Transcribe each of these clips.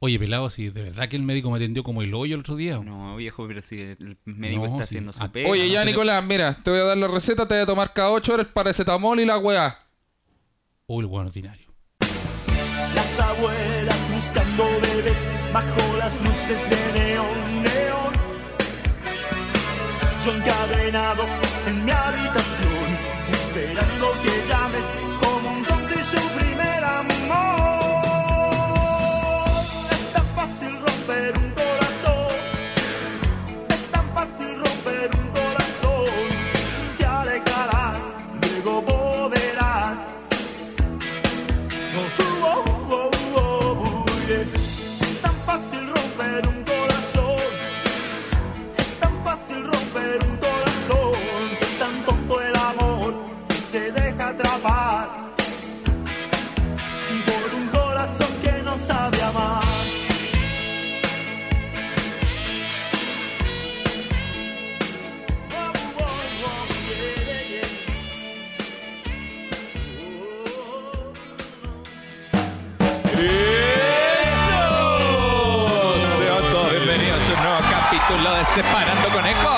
Oye, pelado, si de verdad que el médico me atendió como el hoyo el otro día. No, viejo, pero si el médico No, está sí. haciendo su Ah, pega. Oye, ya, no se le- Nicolás, mira, te voy a dar la receta, te voy a tomar cada 8 horas paracetamol y la weá. Uy, el weón ordinario. Las abuelas buscando bebés bajo las luces de neón, neón. Yo encadenado en mi habitación, esperando que llames como un don de su primer amor. Es tan fácil romper un corazón, es tan fácil romper un corazón. Te alejarás, luego volverás. Oh, oh, oh, oh, yeah. Es tan fácil romper un corazón. Es tan fácil romper un corazón. Es tan tonto el amor que se deja atrapar por un corazón que no sabe amar. Oh, oh, oh, yeah, yeah, yeah. Oh, oh, oh. Sean todos bienvenidos a un nuevo capítulo de Separando Conejos.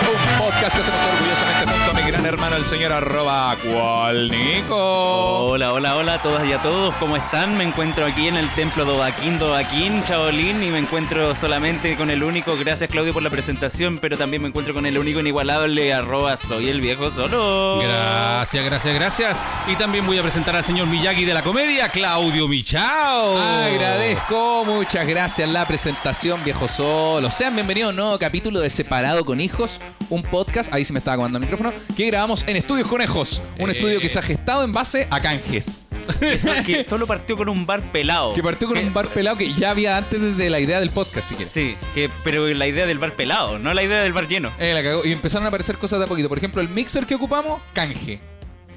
Un podcast que hacemos orgullosamente junto a mi gran hermano, el señor arroba cual Nico. Hola, hola, hola a todas y a todos, ¿cómo están? Me encuentro aquí en el templo de Obaquín, de Obaquín, Chaolín, y me encuentro solamente con el único, gracias Claudio por la presentación, pero también me encuentro con el único inigualable, arroba soy el viejo solo. Gracias, gracias, gracias. Y también voy a presentar al señor Miyagi de la comedia, Claudio Michao. Agradezco, muchas gracias la presentación, viejo solo. Sean bienvenidos a un nuevo capítulo de Separado con Hijos, un podcast, ahí se me estaba acabando el micrófono, que grabamos en Estudios Conejos, un Eh. estudio que se ha gestado en base a canjes. Eso que solo partió con un bar pelado. Eh, Que partió con un bar pelado que ya había antes de la idea del podcast, si quieres. Sí, que, pero la idea del bar pelado, no la idea del bar lleno. Eh, la cagó. Y empezaron a aparecer cosas de a poquito. Por ejemplo, el mixer que ocupamos, canje.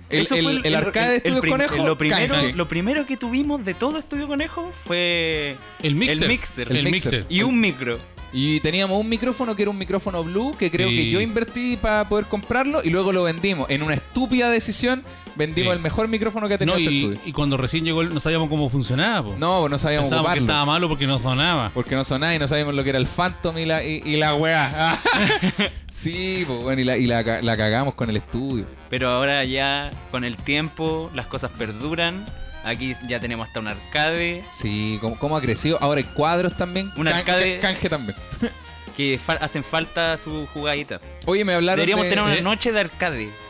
El, Eso el, fue el arcade de el- el Estudios prim- Conejo, Lo primero, canje. lo primero que tuvimos de todo Estudio Conejo fue El mixer. El mixer. El, El mixer. mixer. y un micro. Y teníamos un micrófono que era un micrófono blue que creo Sí. que yo invertí para poder comprarlo y luego lo vendimos. En una estúpida decisión, vendimos Sí. el mejor micrófono que ha tenido No, este y, estudio. y cuando recién llegó él, no sabíamos cómo funcionaba. po. No, pues no sabíamos Pensábamos que ocuparlo. estaba malo porque no sonaba. Porque no sonaba y no sabíamos lo que era el Phantom y la, y, y la weá. sí, pues bueno, y, la, y la, ca- la cagamos con el estudio. Pero ahora ya con el tiempo las cosas perduran. Aquí ya tenemos hasta un arcade. Sí, ¿cómo, cómo ha crecido? Ahora hay cuadros también. Un Can- arcade- ca- Canje también. Que fa- hacen falta su jugadita. Oye, me hablaron Deberíamos de- tener una ¿Eh? noche de arcade.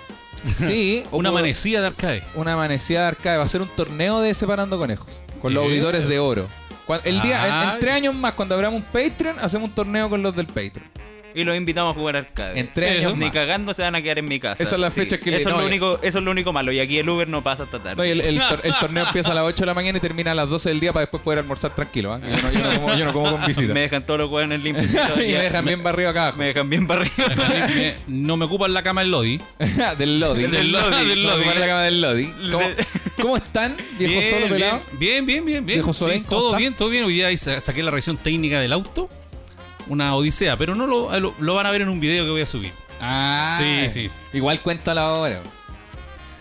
Sí, Una hubo amanecida de arcade. Una amanecida de arcade. Va a ser un torneo de Separando Conejos. Con los Yeah. auditores de oro. Cuan- el día, en- en, Ay. tres años más, cuando abramos un Patreon, hacemos un torneo con los del Patreon. Y los invitamos a jugar arcade. En tres Eso. años Ni más. cagando se van a quedar en mi casa. Esa es la fecha que le- eso, no, es lo eh. único, eso es lo único malo. Y aquí el Uber no pasa hasta tarde. No, y el, el tor- el torneo empieza a las 8 de la mañana y termina a las 12 del día para después poder almorzar tranquilo. ¿ah? Yo, no, yo no como, yo no como con visita. me dejan todos los hueones limpios. y me dejan bien barrido acá abajo. Me dejan bien barrido. Me- no me ocupan la cama el Lodi. del Lodi. Del Lodi, Del Lodi. Lodi. la cama del Lodi. ¿Cómo, Del- cómo están, viejo bien, solo bien, pelado? Bien, bien, bien, bien. Viejo Solén, ¿cómo todo estás? bien, todo bien. Hoy día ahí sa- saqué la reacción técnica del auto. Una odisea, pero no lo, ah, lo, lo van a ver en un video que voy a subir. Ah, Sí, sí, sí. Igual cuéntala ahora.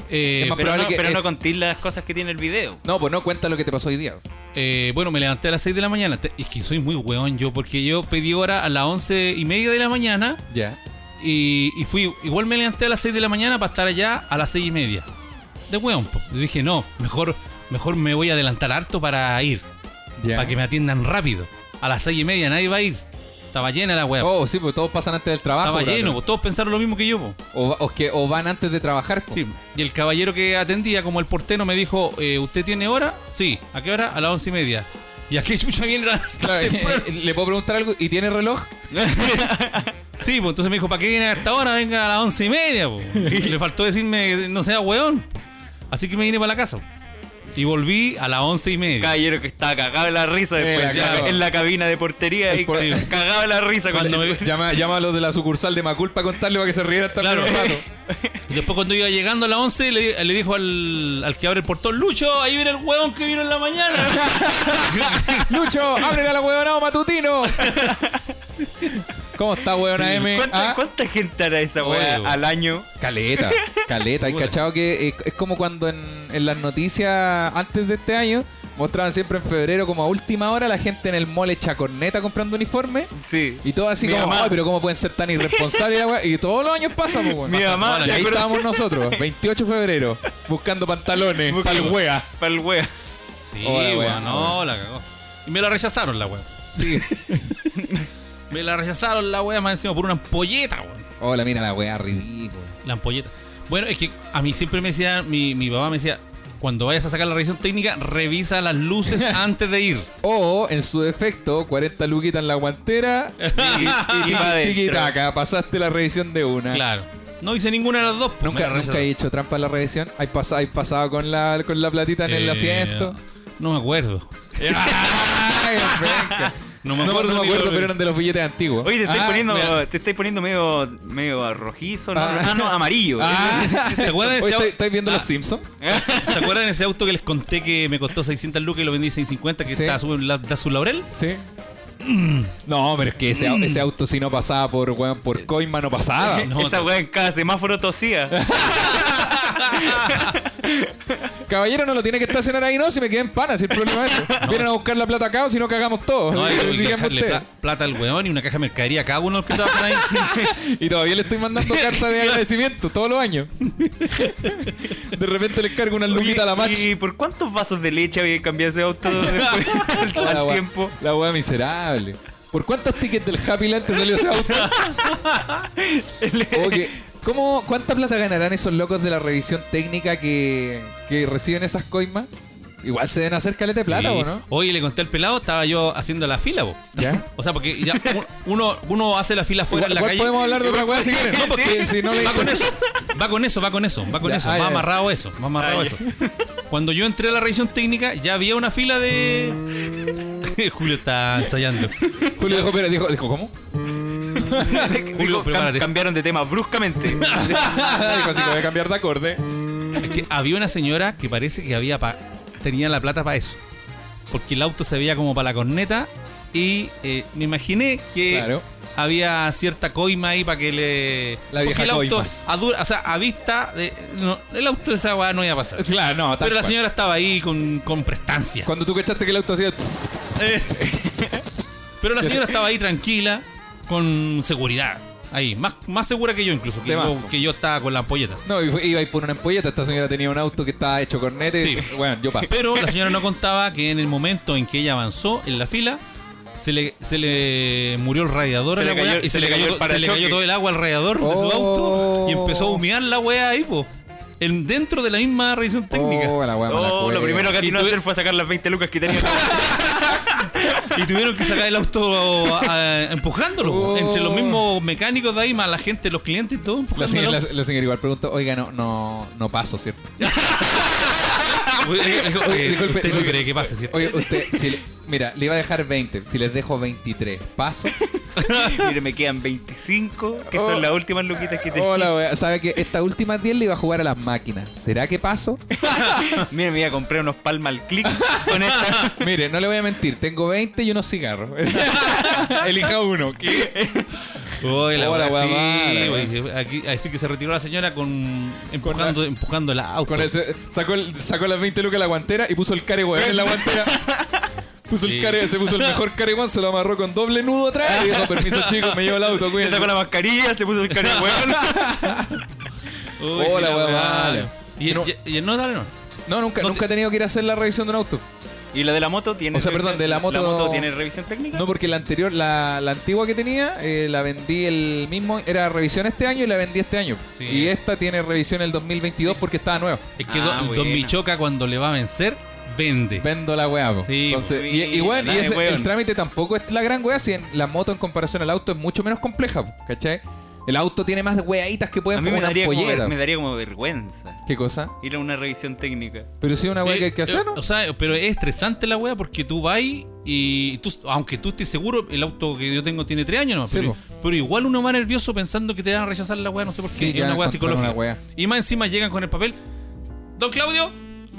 Eh, Es más Pero, probable no, que- pero eh. no contís las cosas que tiene el video. No, pues no cuenta lo que te pasó hoy día. eh, bueno, me levanté a las 6 de la mañana. Te- Es que soy muy weón yo, porque yo pedí hora a las 11 y media de la mañana Ya. y, y fui. Igual me levanté a las 6 de la mañana para estar allá a las 6 y media. De weón, po. Y dije, no, mejor, mejor me voy a adelantar harto para ir, Ya. para que me atiendan rápido. A las 6 y media nadie va a ir. Estaba llena la weón. Oh, sí, pues todos pasan antes del trabajo. Estaba bro. lleno, pues, todos pensaron lo mismo que yo. po. O, va- o que, o van antes de trabajar. po. Sí. Y el caballero que atendía, como el portero, me dijo, eh, ¿usted tiene hora? Sí. ¿A qué hora? A las once y media. ¿Y a qué chucha viene tan tan Claro, eh, temprano? Le puedo preguntar algo. ¿Y tiene reloj? Sí, pues entonces me dijo, ¿para qué viene a esta hora? Venga a las once y media. po". Le faltó decirme, no sea weón. Así que me vine para la casa. Y volví a las once y media. Caballero que estaba cagado en la risa Eh, después, la ya, cago. en la cabina de portería El y por- ca- cagado en la risa cuando Cuando me... me- Llama, llama a los de la sucursal de Macul para contarle para que se riera también Claro. un rato. Y después cuando iba llegando a las once, le, le dijo al, al que abre el portón, Lucho, ahí viene el weón que vino en la mañana. Lucho, ábrele a la huevonao matutino. ¿Cómo está, huevona M? ¿Cuánta, Ah, cuánta gente hará esa Oye, weá weón. al año? Caleta, caleta. Hay Puta. cachado que eh, es como cuando en, en las noticias antes de este año Mostraban siempre en febrero como a última hora la gente en el mole chacorneta comprando uniforme. Sí. Y todo así Mi como, mamá. ay, pero ¿cómo pueden ser tan irresponsables? y la wea? Y todos los años pasa, pues, weón. Mi mamá, Y ¿te ahí acuerdas? estábamos nosotros, 28 de febrero, buscando pantalones, Buscando- sal wea. Para el wea. Sí, Oh, la weón, wea, no, la cagó. Y me la rechazaron la weón. Sí. Me la rechazaron la weón más encima por una ampolleta, weón. Hola, mira la wea ridícula. La ampolleta. Bueno, es que a mí siempre me decía, mi, mi papá me decía, cuando vayas a sacar la revisión técnica, revisa las luces antes de ir. O, en su defecto, 40 luquitas en la guantera y, y, Y pa' tiki- dentro. tiquitaca, pasaste la revisión de una. Claro. No hice ninguna de las dos. pues, me Nunca, la nunca rechazaron. he hecho trampa en la revisión. Hay, pasa- hay pasado con la, con la platita en el Eh, asiento. No me acuerdo. Ah, Ay, penca. No No me me acuerdo acuerdo, ni lo- pero eran de los billetes antiguos. Oye, te estáis Ah, poniendo, mira. te estáis poniendo medio, medio rojizo, ¿no? Ah. Ah, no, amarillo. Ah, ¿Se acuerdan de ese Oye, au- ¿estáis- ¿Estáis viendo Ah. Los Simpsons? ¿Se acuerdan de ese auto que les conté que me costó 600 lucas y lo vendí 650 que Sí. está su, la- da su laurel? Sí. No, pero es que ese, au- ese auto si no pasaba por, weón, por Coima no pasaba. Mm. No, Eh, Esa no. weá en cada semáforo tosía. Caballero no lo tiene que estacionar ahí, no, si me quedé en pana, si el problema es eso. Vienen a buscar la plata acá o si no cagamos todos. No, hay que Díganme dejarle ustedes. pla- plata al weón y una caja de mercadería a cada uno de los que trabajan ahí. Y todavía le estoy mandando cartas de agradecimiento todos los años. De repente les cargo una luquita a la match. ¿Y por cuántos vasos de leche había cambiado ese auto después al, al la wea- tiempo? La wea miserable. ¿Por cuántos tickets del Happy Land te salió ese auto? Oye, ¿cómo, ¿cuánta plata ganarán esos locos de la revisión técnica que, que reciben esas coimas? Igual se deben hacer caleta de plata, Sí. ¿o no? Hoy le conté al pelado, estaba yo haciendo la fila, po. ¿Ya? O sea, porque ya un- uno, uno hace la fila fuera Igual, en la igual calle. podemos hablar de otra wea si quieren. No, porque si no le va con eso. Va con eso, va con eso, va con Ya, eso, ah, va ya. amarrado eso, va amarrado Ah, ya. eso. Cuando yo entré a la revisión técnica, ya había una fila de. Mm. Julio está ensayando. Julio dijo, pero dijo, dijo, ¿cómo? Digo, cam- prepárate. cambiaron de tema bruscamente. Ah, dijo así, voy a cambiar de acorde. Es que había una señora que parece que había pa- tenía la plata para eso. Porque el auto se veía como para la corneta. Y eh, me imaginé que Claro. había cierta coima ahí para que le. La porque vieja el auto, coimas. a dura- o sea, a vista. de- no, el auto de esa weá no iba a pasar. Claro, no, tal Pero la cual. señora estaba ahí con, con prestancia. Cuando tú cachaste que el auto hacía... Eh, Pero la señora estaba ahí tranquila, con seguridad. Ahí, más, más segura que yo incluso, que, De más, yo, po. que yo estaba con la ampolleta. No, y fue- iba a ir por una ampolleta. Esta señora tenía un auto que estaba hecho corneta. y Sí. dice, Bueno, yo paso. Pero la señora no contaba que en el momento en que ella avanzó en la fila, se le, se le murió el radiador Se a la le cayó- weá y se, le cayó, el to- se le parachoque. cayó todo el agua al radiador de su Oh. auto y empezó a humear la weá ahí, po. En- dentro de la misma revisión técnica. Oh, la wea mala Oh, cueva. lo primero que Y atinó a tuve- hacer fue sacar las 20 lucas que tenía. Y tuvieron que sacar el auto a- empujándolo. po. Oh. Entre los mismos mecánicos de ahí, más la gente, los clientes y todo. La empujando señora, el la, auto. la señora igual preguntó, oiga, no, no, no paso, ¿cierto? Oye, dijo, oye, disculpe, usted no oye. cree que pase, ¿cierto? Oye, usted, si le- mira, le iba a dejar 20, si les dejo 23, ¿paso? Mire, me quedan 25, que Oh. son las últimas luquitas que tenía. Hola, wea. ¿Sabe que estas últimas 10 le iba a jugar a las máquinas? ¿Será que paso? Mire, me iba a comprar unos palma al click con esta. Mire, no le voy a mentir, tengo 20 y unos cigarros. Elija uno. ¿Qué? Oye, la Oh, la wea, wea sí, mala, wey. Aquí- Así que se retiró la señora con empujando, empujando la auto. Con ese- sacó, el- sacó las 20 lucas a la guantera y puso el care weón en la guantera. Puso Sí. el care, se puso el mejor care weón, se lo amarró con doble nudo atrás y dijo, permiso chicos, me llevo el auto, Se cuídense. sacó la mascarilla, se puso el cara de hueón. Uy, Oh, sí, la wea wea. mala. Y, No. y- y- no, dale, no. No, nunca, No te- nunca he tenido que ir a hacer la revisión de un auto. Y la de la moto tiene. O sea, perdón, revisión- de la moto- ¿La moto tiene revisión técnica? No, porque la anterior, la, la antigua que tenía, eh, la vendí el mismo, era revisión este año y la vendí este año. Sí. Y esta tiene revisión el 2022 porque estaba nueva. Es que Ah, don, buena. don Michoca cuando le va a vencer, vende. Vendo la weá, po. Sí, Entonces, po. y, y bueno, Nada y de ese- weón. el trámite tampoco es la gran weá, si en- la moto en comparación al auto es mucho menos compleja, po, ¿cachai? El auto tiene más weaditas que a pueden mí fumar me una daría, como, ampolleta. ver- me daría como vergüenza ¿Qué cosa? ir a una revisión técnica. Pero sí es una weá Eh, que hay que eh, hacer, ¿no? O sea, pero es estresante la wea porque tú vas y tú, aunque tú estés seguro, el auto que yo tengo tiene tres años nomás. Sí, pero, po. pero igual uno va nervioso pensando que te van a rechazar la wea, no sé por qué. Sí, te es una van a wea encontrar psicológica. una wea. Y más encima llegan con el papel. Don Claudio,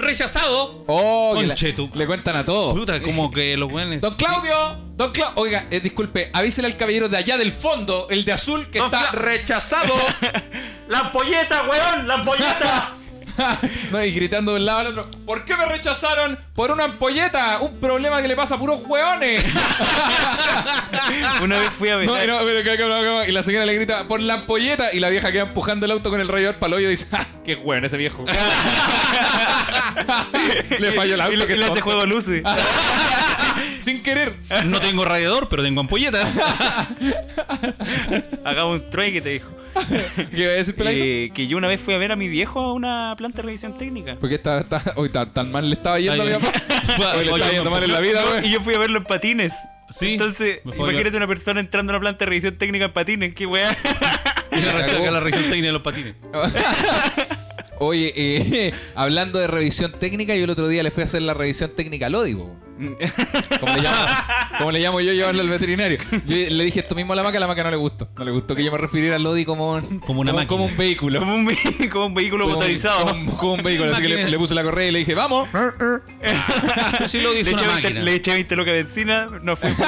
rechazado. Oh, que la- Conche tu- le cuentan a todos. Puta, como que los weones. Don Claudio, don Claudio. Oiga, eh, disculpe, avísele al caballero de allá del fondo, el de azul, que Don está Cla- rechazado. ¡La ampolleta, weón! ¡La ampolleta! No, y gritando de un lado al otro, ¿por qué me rechazaron por una ampolleta? Un problema que le pasa a puros hueones. Una vez fui a No, besar. y, no, pero que- que- que- que- y la señora le grita, por la ampolleta, y la vieja queda empujando el auto con el radiador para el hoyo y dice, ¡ah, qué hueón ese viejo! le falló el auto, y le, qué y le hace tonto. juego luce. Sin querer. No tengo radiador, pero tengo ampolletas. Hagamos un trueque, te dijo. ¿Qué iba a decir, Peladito? Eh, que yo una vez fui a ver a mi viejo a una planta de revisión técnica. Porque está, está- hoy tan, tan mal le estaba yendo a mi Ay, papá. fue- Hoy le fue- estaba yendo mal en la vida, Y güey. yo fui a verlo en patines. Sí, Entonces, me fue imagínate una persona entrando a una planta de revisión técnica en patines. Qué weá. Y la resaca, la revisión técnica de los patines. Oye, eh, hablando de revisión técnica, yo el otro día le fui a hacer la revisión técnica al Odi, po. Como le, llamo, como le llamo yo llevarle al veterinario. Yo le dije esto mismo a la maca, a la maca no le gustó. No le gustó que yo me refiriera al Odi como, un- Como una máquina. Como un vehículo. Como un, ve- como un vehículo Como- motorizado. Como, como un vehículo. Así que le, Máquina. le puse la correa y le dije, vamos. Yo sí lo Le dije eché, una 20, máquina. le eché 20 lucas de benzina, nos fuimos.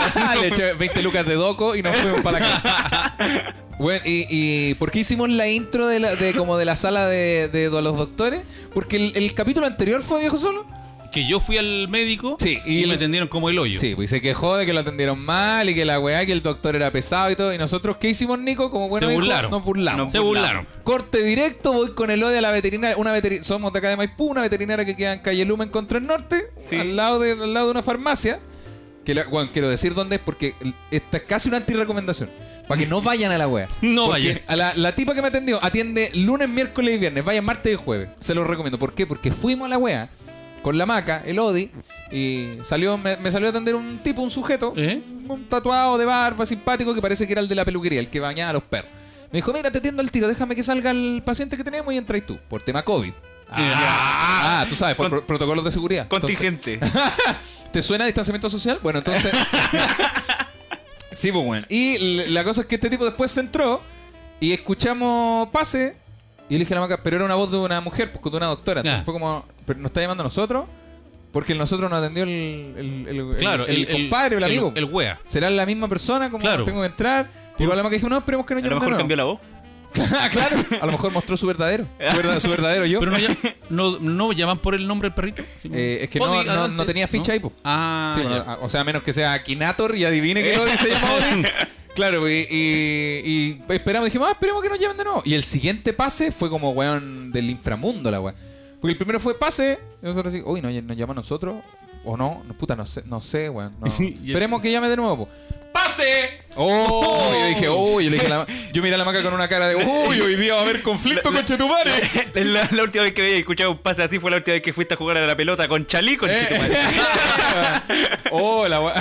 le eché 20 lucas de doco y nos fuimos para la casa. Bueno, y, y ¿por qué hicimos la intro de, la- de como de la sala de, de, de los doctores? Porque el, el capítulo anterior fue viejo solo. Que yo fui al médico Sí, y y, el- me atendieron como el hoyo. Sí, pues se quejó de que lo atendieron mal y que la weá, que el doctor era pesado y todo. Y nosotros, ¿qué hicimos, Nico? Como bueno, Se burlaron. nos burlamos. Se burlaron. Corte directo, voy con el odio a la veterinaria. Una veteri- Somos de acá de Maipú, una veterinaria que queda en calle Lumen contra el norte, Sí. al, lado de, al lado de una farmacia. Que la- bueno, quiero decir dónde es porque el- esta es casi una antirecomendación. Para que no vayan a la wea. No Porque vayan. A la, la tipa que me atendió atiende lunes, miércoles y viernes. Vayan martes y jueves. Se los recomiendo. ¿Por qué? Porque fuimos a la wea con la maca, el Odi. Y salió, me, me salió a atender un tipo, un sujeto ¿Eh? un tatuado de barba simpático que parece que era el de la peluquería, el que bañaba a los perros. Me dijo, mira, te atiendo al tiro, déjame que salga el paciente que tenemos y entras tú, por tema COVID. Ah, ah, tú sabes, por Con- pro- protocolos de seguridad. Entonces, Contingente. ¿Te suena distanciamiento social? Bueno, entonces... sí, pues bueno. Y l- la cosa es que este tipo después se entró y escuchamos pase y yo le dije a la maca, pero era una voz de una mujer, pues, de una doctora. Entonces Ya. fue como, ¿pero nos está llamando a nosotros? Porque el nosotros nos atendió el, el, el- el- Claro, el compadre o el amigo. El, wea. ¿Será la misma persona? como Claro. tengo que entrar? Igual la maca dijo, no, esperemos que no A llegue lo mejor cambió la voz. Ah, claro, a lo mejor mostró su verdadero. Su, verda- su verdadero yo. Pero no, llam- no, no llaman por el nombre del perrito. Sí, Eh, es que Odi, no, no- adelante. no tenía ficha ahí, po. Ah, Sí, bueno, ya. a- o sea, a menos que sea Kinator y adivine que lo dice Claro, y, y- y esperamos, dijimos, ah, esperemos que nos lleven de nuevo. Y el siguiente pase fue como, weón, del inframundo la weón. Porque el primero fue pase, y nosotros decimos, uy, nos, nos llama a nosotros, o no, no, puta, no sé, no sé, weón. no. Sí, y el- Esperemos que llame de nuevo, po. ¡Pase! ¡Oh! Yo dije, uy, yo le dije a la- yo miré a la maca con una cara de, uy, hoy día va a haber conflicto con Chetumare. La, la última vez que había escuchado un pase así fue la última vez que fuiste a jugar a la pelota con Chalí Eh, con Chetumal. ¡Oh, la weón!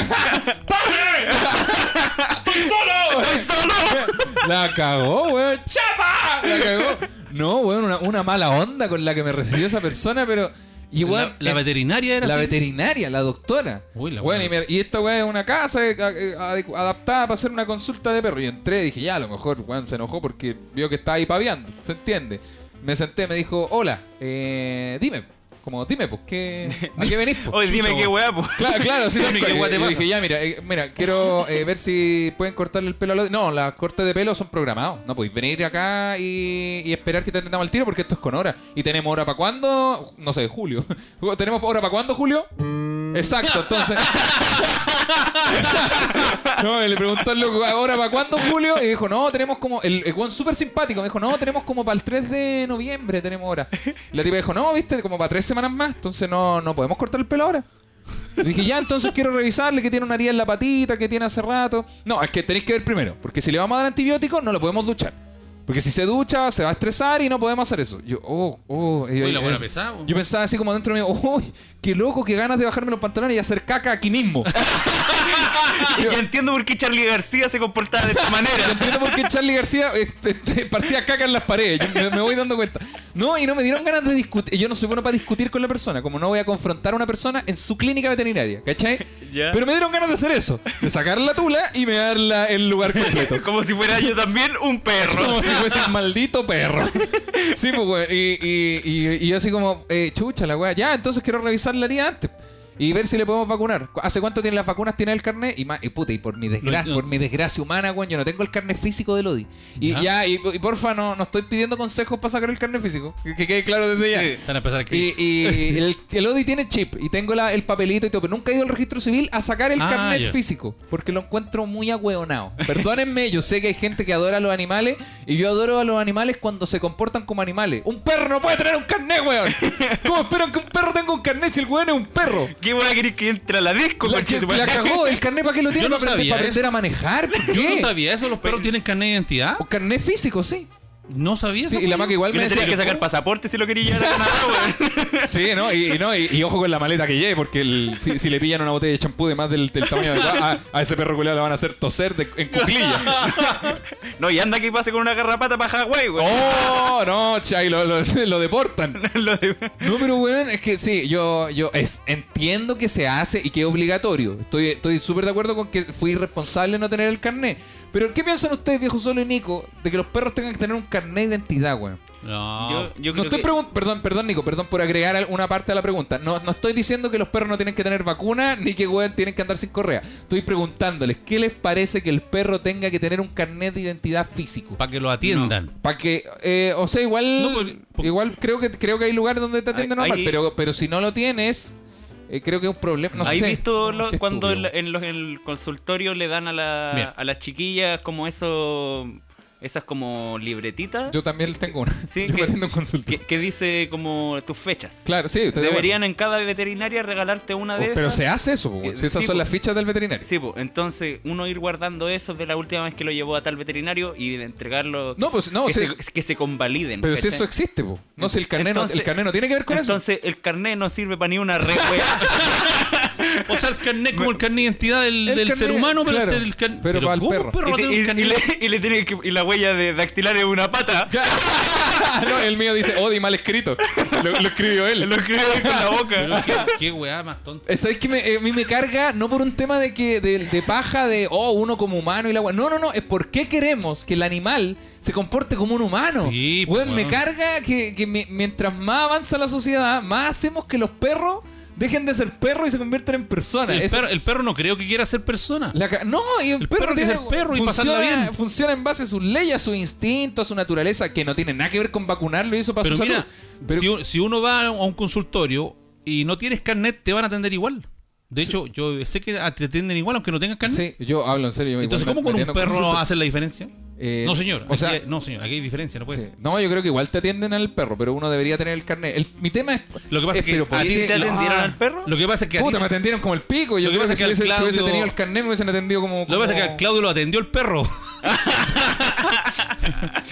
La cagó, weón. ¡Chapa! La cagó. No, weón, una, una mala onda con la que me recibió esa persona, pero. Y weón, la, la eh, veterinaria era la así. veterinaria, la doctora. Uy, la Weón, y, me- y esta weón es una casa eh, eh, adecu- adaptada para hacer una consulta de perro. Y entré, dije, ya, a lo mejor, weón, se enojó porque vio que estaba ahí paviando. ¿Se entiende? Me senté, me dijo, hola, eh, dime. Como, dime, pues, ¿qué, ¿a qué venís? pues, Oye, dime chucha, qué weón?" weá, po. Claro, claro, sí, Dime, tal ¿qué cual. guay te Yo pasa? dije, ya, mira, eh, mira, quiero eh, ver si pueden cortarle el pelo a los... No, las cortes de pelo son programados. No podéis venir acá y, y esperar que te atendamos al tiro porque esto es con hora. Y tenemos hora para cuándo, no sé, julio. ¿Tenemos hora para cuándo, julio? Exacto, entonces... no, y le preguntó al loco, ¿ahora para cuándo, Julio? Y dijo, no, tenemos como. El, el weón súper simpático me dijo, no, tenemos como para el 3 de noviembre, tenemos hora. Y la tipa dijo, no, viste, como para tres semanas más, entonces no, no podemos cortar el pelo ahora. Y dije, ya, entonces quiero revisarle que tiene una herida en la patita, que tiene hace rato. No, es que tenéis que ver primero, porque si le vamos a dar antibióticos, no lo podemos duchar. Porque si se ducha, se va a estresar y no podemos hacer eso. Yo, oh, oh. y yo- Uy, la y- buena pesada, weón. yo pensaba así como dentro mío, uy, qué loco, qué ganas de bajarme los pantalones y hacer caca aquí mismo. Ya entiendo por qué Charlie García se comportaba de esta manera. Yo entiendo por qué Charlie García eh, eh, eh, esparcía caca en las paredes. Yo me, me voy dando cuenta. No, y no me dieron ganas de discutir. Yo no soy bueno para discutir con la persona. Como no voy a confrontar a una persona en su clínica veterinaria. ¿Cachai? Ya. Pero me dieron ganas de hacer eso. De sacar la tula y me darla el lugar completo. Como si fuera yo también un perro. Como si fuese un maldito perro. Sí, pues, weón. Y, y, y- y yo así como, eh, chucha la weá. Ya, entonces quiero revisar la herida antes. Y ver si le podemos vacunar. ¿Cu- ¿Hace cuánto tiene las vacunas? ¿Tiene el carnet? Y, ma- y puta, y por mi desgracia, No, no. por mi desgracia humana, weón, yo no tengo el carnet físico del Odi. Y Ya. ya, y, y porfa, no, no estoy pidiendo consejos para sacar el carnet físico. Que, que quede claro desde ya. Están a empezar a escribir. Y, y el, el Odi tiene chip y tengo la- el papelito y todo, pero nunca he ido al registro civil a sacar el Ah, carnet ya. físico porque lo encuentro muy ahueonado. Perdónenme, yo sé que hay gente que adora a los animales y yo adoro a los animales cuando se comportan como animales. Un perro no puede tener un carnet, weón. ¿Cómo esperan que un perro tenga un carnet si el weón es un perro? ¿Qué voy a querer que entre a la disco, La, coche, tu madre? la cagó, el carnet para qué lo tiene Yo no para aprender, sabía para aprender a manejar. ¿Por Yo qué? no sabía eso, los perros tienen carnet de identidad. Un carnet físico, sí. No sabía Sí, eso. y la maca igual Y me no decía tenías que sacar pasaporte si lo querías llevar a Canadá, weón. Sí, No, y, y no, y, y ojo con la maleta que lleve, porque el- si, si le pillan una botella de champú de más del, del tamaño habitual, ah, a, a ese perro culiado le van a hacer toser de- en cuclillas. No, y anda que pase con una garrapata para Hawái, weón. ¡Oh! No, chay, lo, lo- lo deportan. Lo de- No, pero weón, es que sí, yo, yo es, entiendo que se hace y que es obligatorio. Estoy estoy súper de acuerdo con que fui irresponsable en no tener el carnet. Pero ¿qué piensan ustedes, viejo solo y Nico, de que los perros tengan que tener un carnet de identidad, weón? No. Yo, yo No creo estoy que- pregun- perdón, perdón, Nico, perdón por agregar al- una parte a la pregunta. No, no estoy diciendo que los perros no tienen que tener vacuna ni que weón tienen que andar sin correa. Estoy preguntándoles, ¿qué les parece que el perro tenga que tener un carnet de identidad físico? Para que lo atiendan. Para que, eh, o sea, igual, No, por- por- igual creo que creo que hay lugares donde te atienden Ahí- normal, ahí- pero pero si no lo tienes, eh, creo que es un problema. No ¿Has sé. visto lo- Qué cuando en, estúpido. la- en los, en el consultorio le dan a, la- Bien. a las chiquillas como eso, esas como libretitas? yo también tengo una. Sí, yo me que- atiendo en consulta. que, que dice como tus fechas. Claro, sí. estoy de Deberían en cada veterinaria regalarte una de acuerdo. esas. Pero se hace eso, po, Eh, si esas sí, son po. las fichas del veterinario. Sí, pues, entonces uno ir guardando eso de la última vez que lo llevó a tal veterinario y de entregarlo. que No, se- pues, no, que, sí. se, que se convaliden. Pero si ¿cachai? eso existe, po. no si el carnet, no- Entonces- el carnet no tiene que ver con eso. Entonces el carnet no sirve para ni una red, weón. O sea, el carnet como el carnet de identidad del, El del carnet, ser humano, pero, claro, el- el carnet. pero para el ¿cómo perro. un perro va a y, tener y- un y carnet? le, y le tiene que- y la huella de dactilar es una pata. no, el mío dice Odi mal escrito. Lo, lo escribió él. Lo escribe con la Pero boca. qué- qué weá más tonta. Eh, ¿Sabes que me, eh, a mí me carga? No por un tema de que de, de paja, de oh, uno como humano y la wea. No, no, no. Es por qué queremos que el animal se comporte como un humano. Sí, pues, Weón, me weón. carga que, que mi- mientras más avanza la sociedad, más hacemos que los perros dejen de ser perros y se conviertan en personas. El Eso- perro, el perro no creo que quiera ser persona. la ca- no, y el, El perro, perro tiene, que es el perro y funciona, pasarla bien. funciona en base a sus leyes, a su instinto, a su naturaleza, que no tiene nada que ver con vacunarlo y eso para Pero su mira, salud. Pero- si, un- si uno va a un consultorio y no tienes carnet, te van a atender igual. De hecho, yo sé que te atienden igual aunque no tengas carnet. Sí, yo hablo en serio. yo Entonces, igual me- ¿cómo con me un atiendo con perro susto. hace la diferencia? Eh, no, señor. o sea- Aquí- no, señor. Aquí hay diferencia, no puede Sí. ser. No, yo creo que igual te atienden al perro, pero uno debería tener el carnet. El- mi tema es. Lo que pasa es que pero a ¿por ti qué? ¿Y te atendieron Ah, al perro? Lo que pasa es que. a ti- Puta, me atendieron como el pico. Lo que Yo creo que, pasa si, es que hubiese, al si hubiese Claudio- tenido el carnet me hubiesen atendido como. Lo que pasa es que como- a Claudio lo atendió el perro.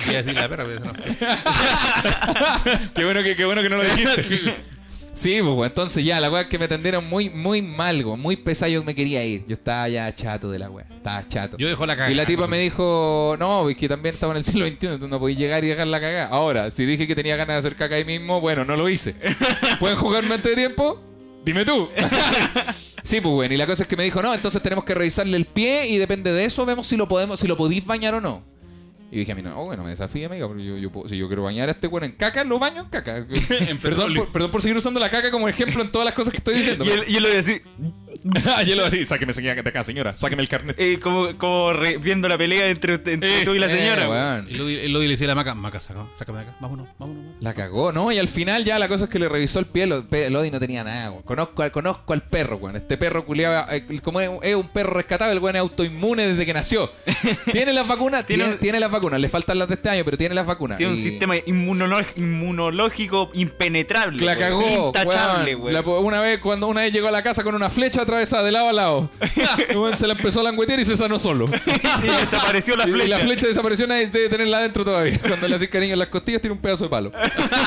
Iba a decir la perra, pero eso no es feo. Qué bueno que, qué bueno que no lo dijiste. Sí, pues, weón, entonces ya, la weá es que me atendieron muy, muy mal, weón, muy pesado. Yo me quería ir. Yo estaba ya chato de la weá. Estaba chato. Yo dejo la cagada. Y la tipa me dijo, no, es que también estaba en el siglo XXI, tú no podías llegar y dejar la cagada. Ahora, si dije que tenía ganas de hacer caca ahí mismo, bueno, no lo hice. ¿Pueden jugarme antes de tiempo? Dime tú. sí, pues bueno, y la cosa es que me dijo, no, entonces tenemos que revisarle el pie y depende de eso vemos si lo podemos, si lo podís bañar o no. Y dije a mí, no, bueno, me desafía, amiga, porque yo, yo puedo- si yo quiero bañar a este weón en caca, lo baño en caca. perdón, por, perdón por seguir usando la caca como ejemplo en todas las cosas que estoy diciendo. Y él, y él lo decía, y él lo así, sáqueme señora de acá, señora, sáqueme el carnet. eh, como, como re- viendo la pelea entre, usted- entre tú y la Eh, señora. weón. Y Lodi- y Lodi le decía a la maca, maca, saca, sácame de acá. Vámonos, vámonos. vámonos. La cagó, ¿no? Y al final ya la cosa es que le revisó el pie, lo- pe- Lodi no tenía nada, weón. Conozco, al- conozco al perro, weón. Este perro culiaba, como es, es un perro rescatable, el weón es autoinmune desde que nació. Tiene las vacunas, Tiene tiene, un- tiene las vacunas, le faltan las de este año, pero tiene las vacunas. Tiene un Y sistema inmunolo- inmunológico impenetrable. La weón. cagó, Intachable, weón. weón. La po- una vez cuando una vez llegó a la casa con una flecha atravesada de lado a lado. El weón se la empezó a languetear y se sanó solo. y desapareció la Y- flecha. Y la flecha desapareció, nadie debe tenerla adentro todavía. Cuando le haces cariño en las costillas, tiene un pedazo de palo.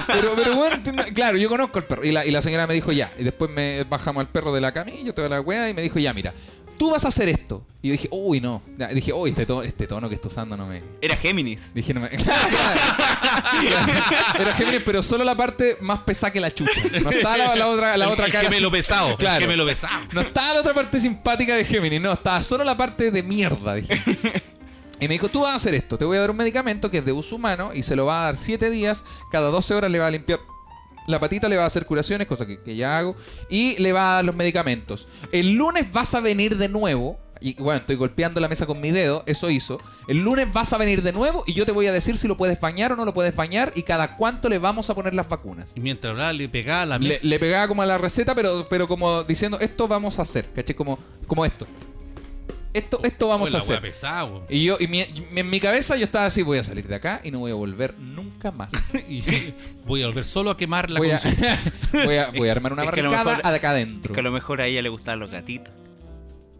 Pero, pero bueno, tiene- claro, yo conozco al perro. Y la, y la señora me dijo, ya. Y después me bajamos al perro de la camilla, toda la wea, y me dijo, ya, mira, tú vas a hacer esto. Y yo dije, uy, no. Ya, dije, uy, este tono, este tono que está usando no me. Era Géminis. Dije, no me. Era Géminis, pero solo la parte más pesada que la chucha. No estaba la, la otra, la El- otra el cara. gemelo así. pesado. el Claro. gemelo pesado. No estaba la otra parte simpática de Géminis, no, estaba solo la parte de mierda, dije. Y me dijo, tú vas a hacer esto, te voy a dar un medicamento que es de uso humano y se lo va a dar 7 días, cada 12 horas le va a limpiar La patita le va a hacer curaciones, cosa que, que ya hago. Y le va a dar los medicamentos. El lunes vas a venir de nuevo. Y bueno, estoy golpeando la mesa con mi dedo, eso hizo. El lunes vas a venir de nuevo y yo te voy a decir si lo puedes bañar o no lo puedes bañar y cada cuánto le vamos a poner las vacunas. Y mientras hablaba, le pegaba a la Le, mesa. le pegaba como a la receta, pero, pero como diciendo, esto vamos a hacer, ¿caché? Como, como esto. Esto, Oh, esto vamos Uy, la a hacer. wea pesada, weón. Y yo, y mi- y en mi cabeza yo estaba así, voy a salir de acá y no voy a volver nunca más. Y yo voy a volver solo a quemar la Voy a, consulta. voy a- voy a armar una Es que a lo barricada mejor- acá adentro. Que a lo mejor a ella le gustaban los gatitos.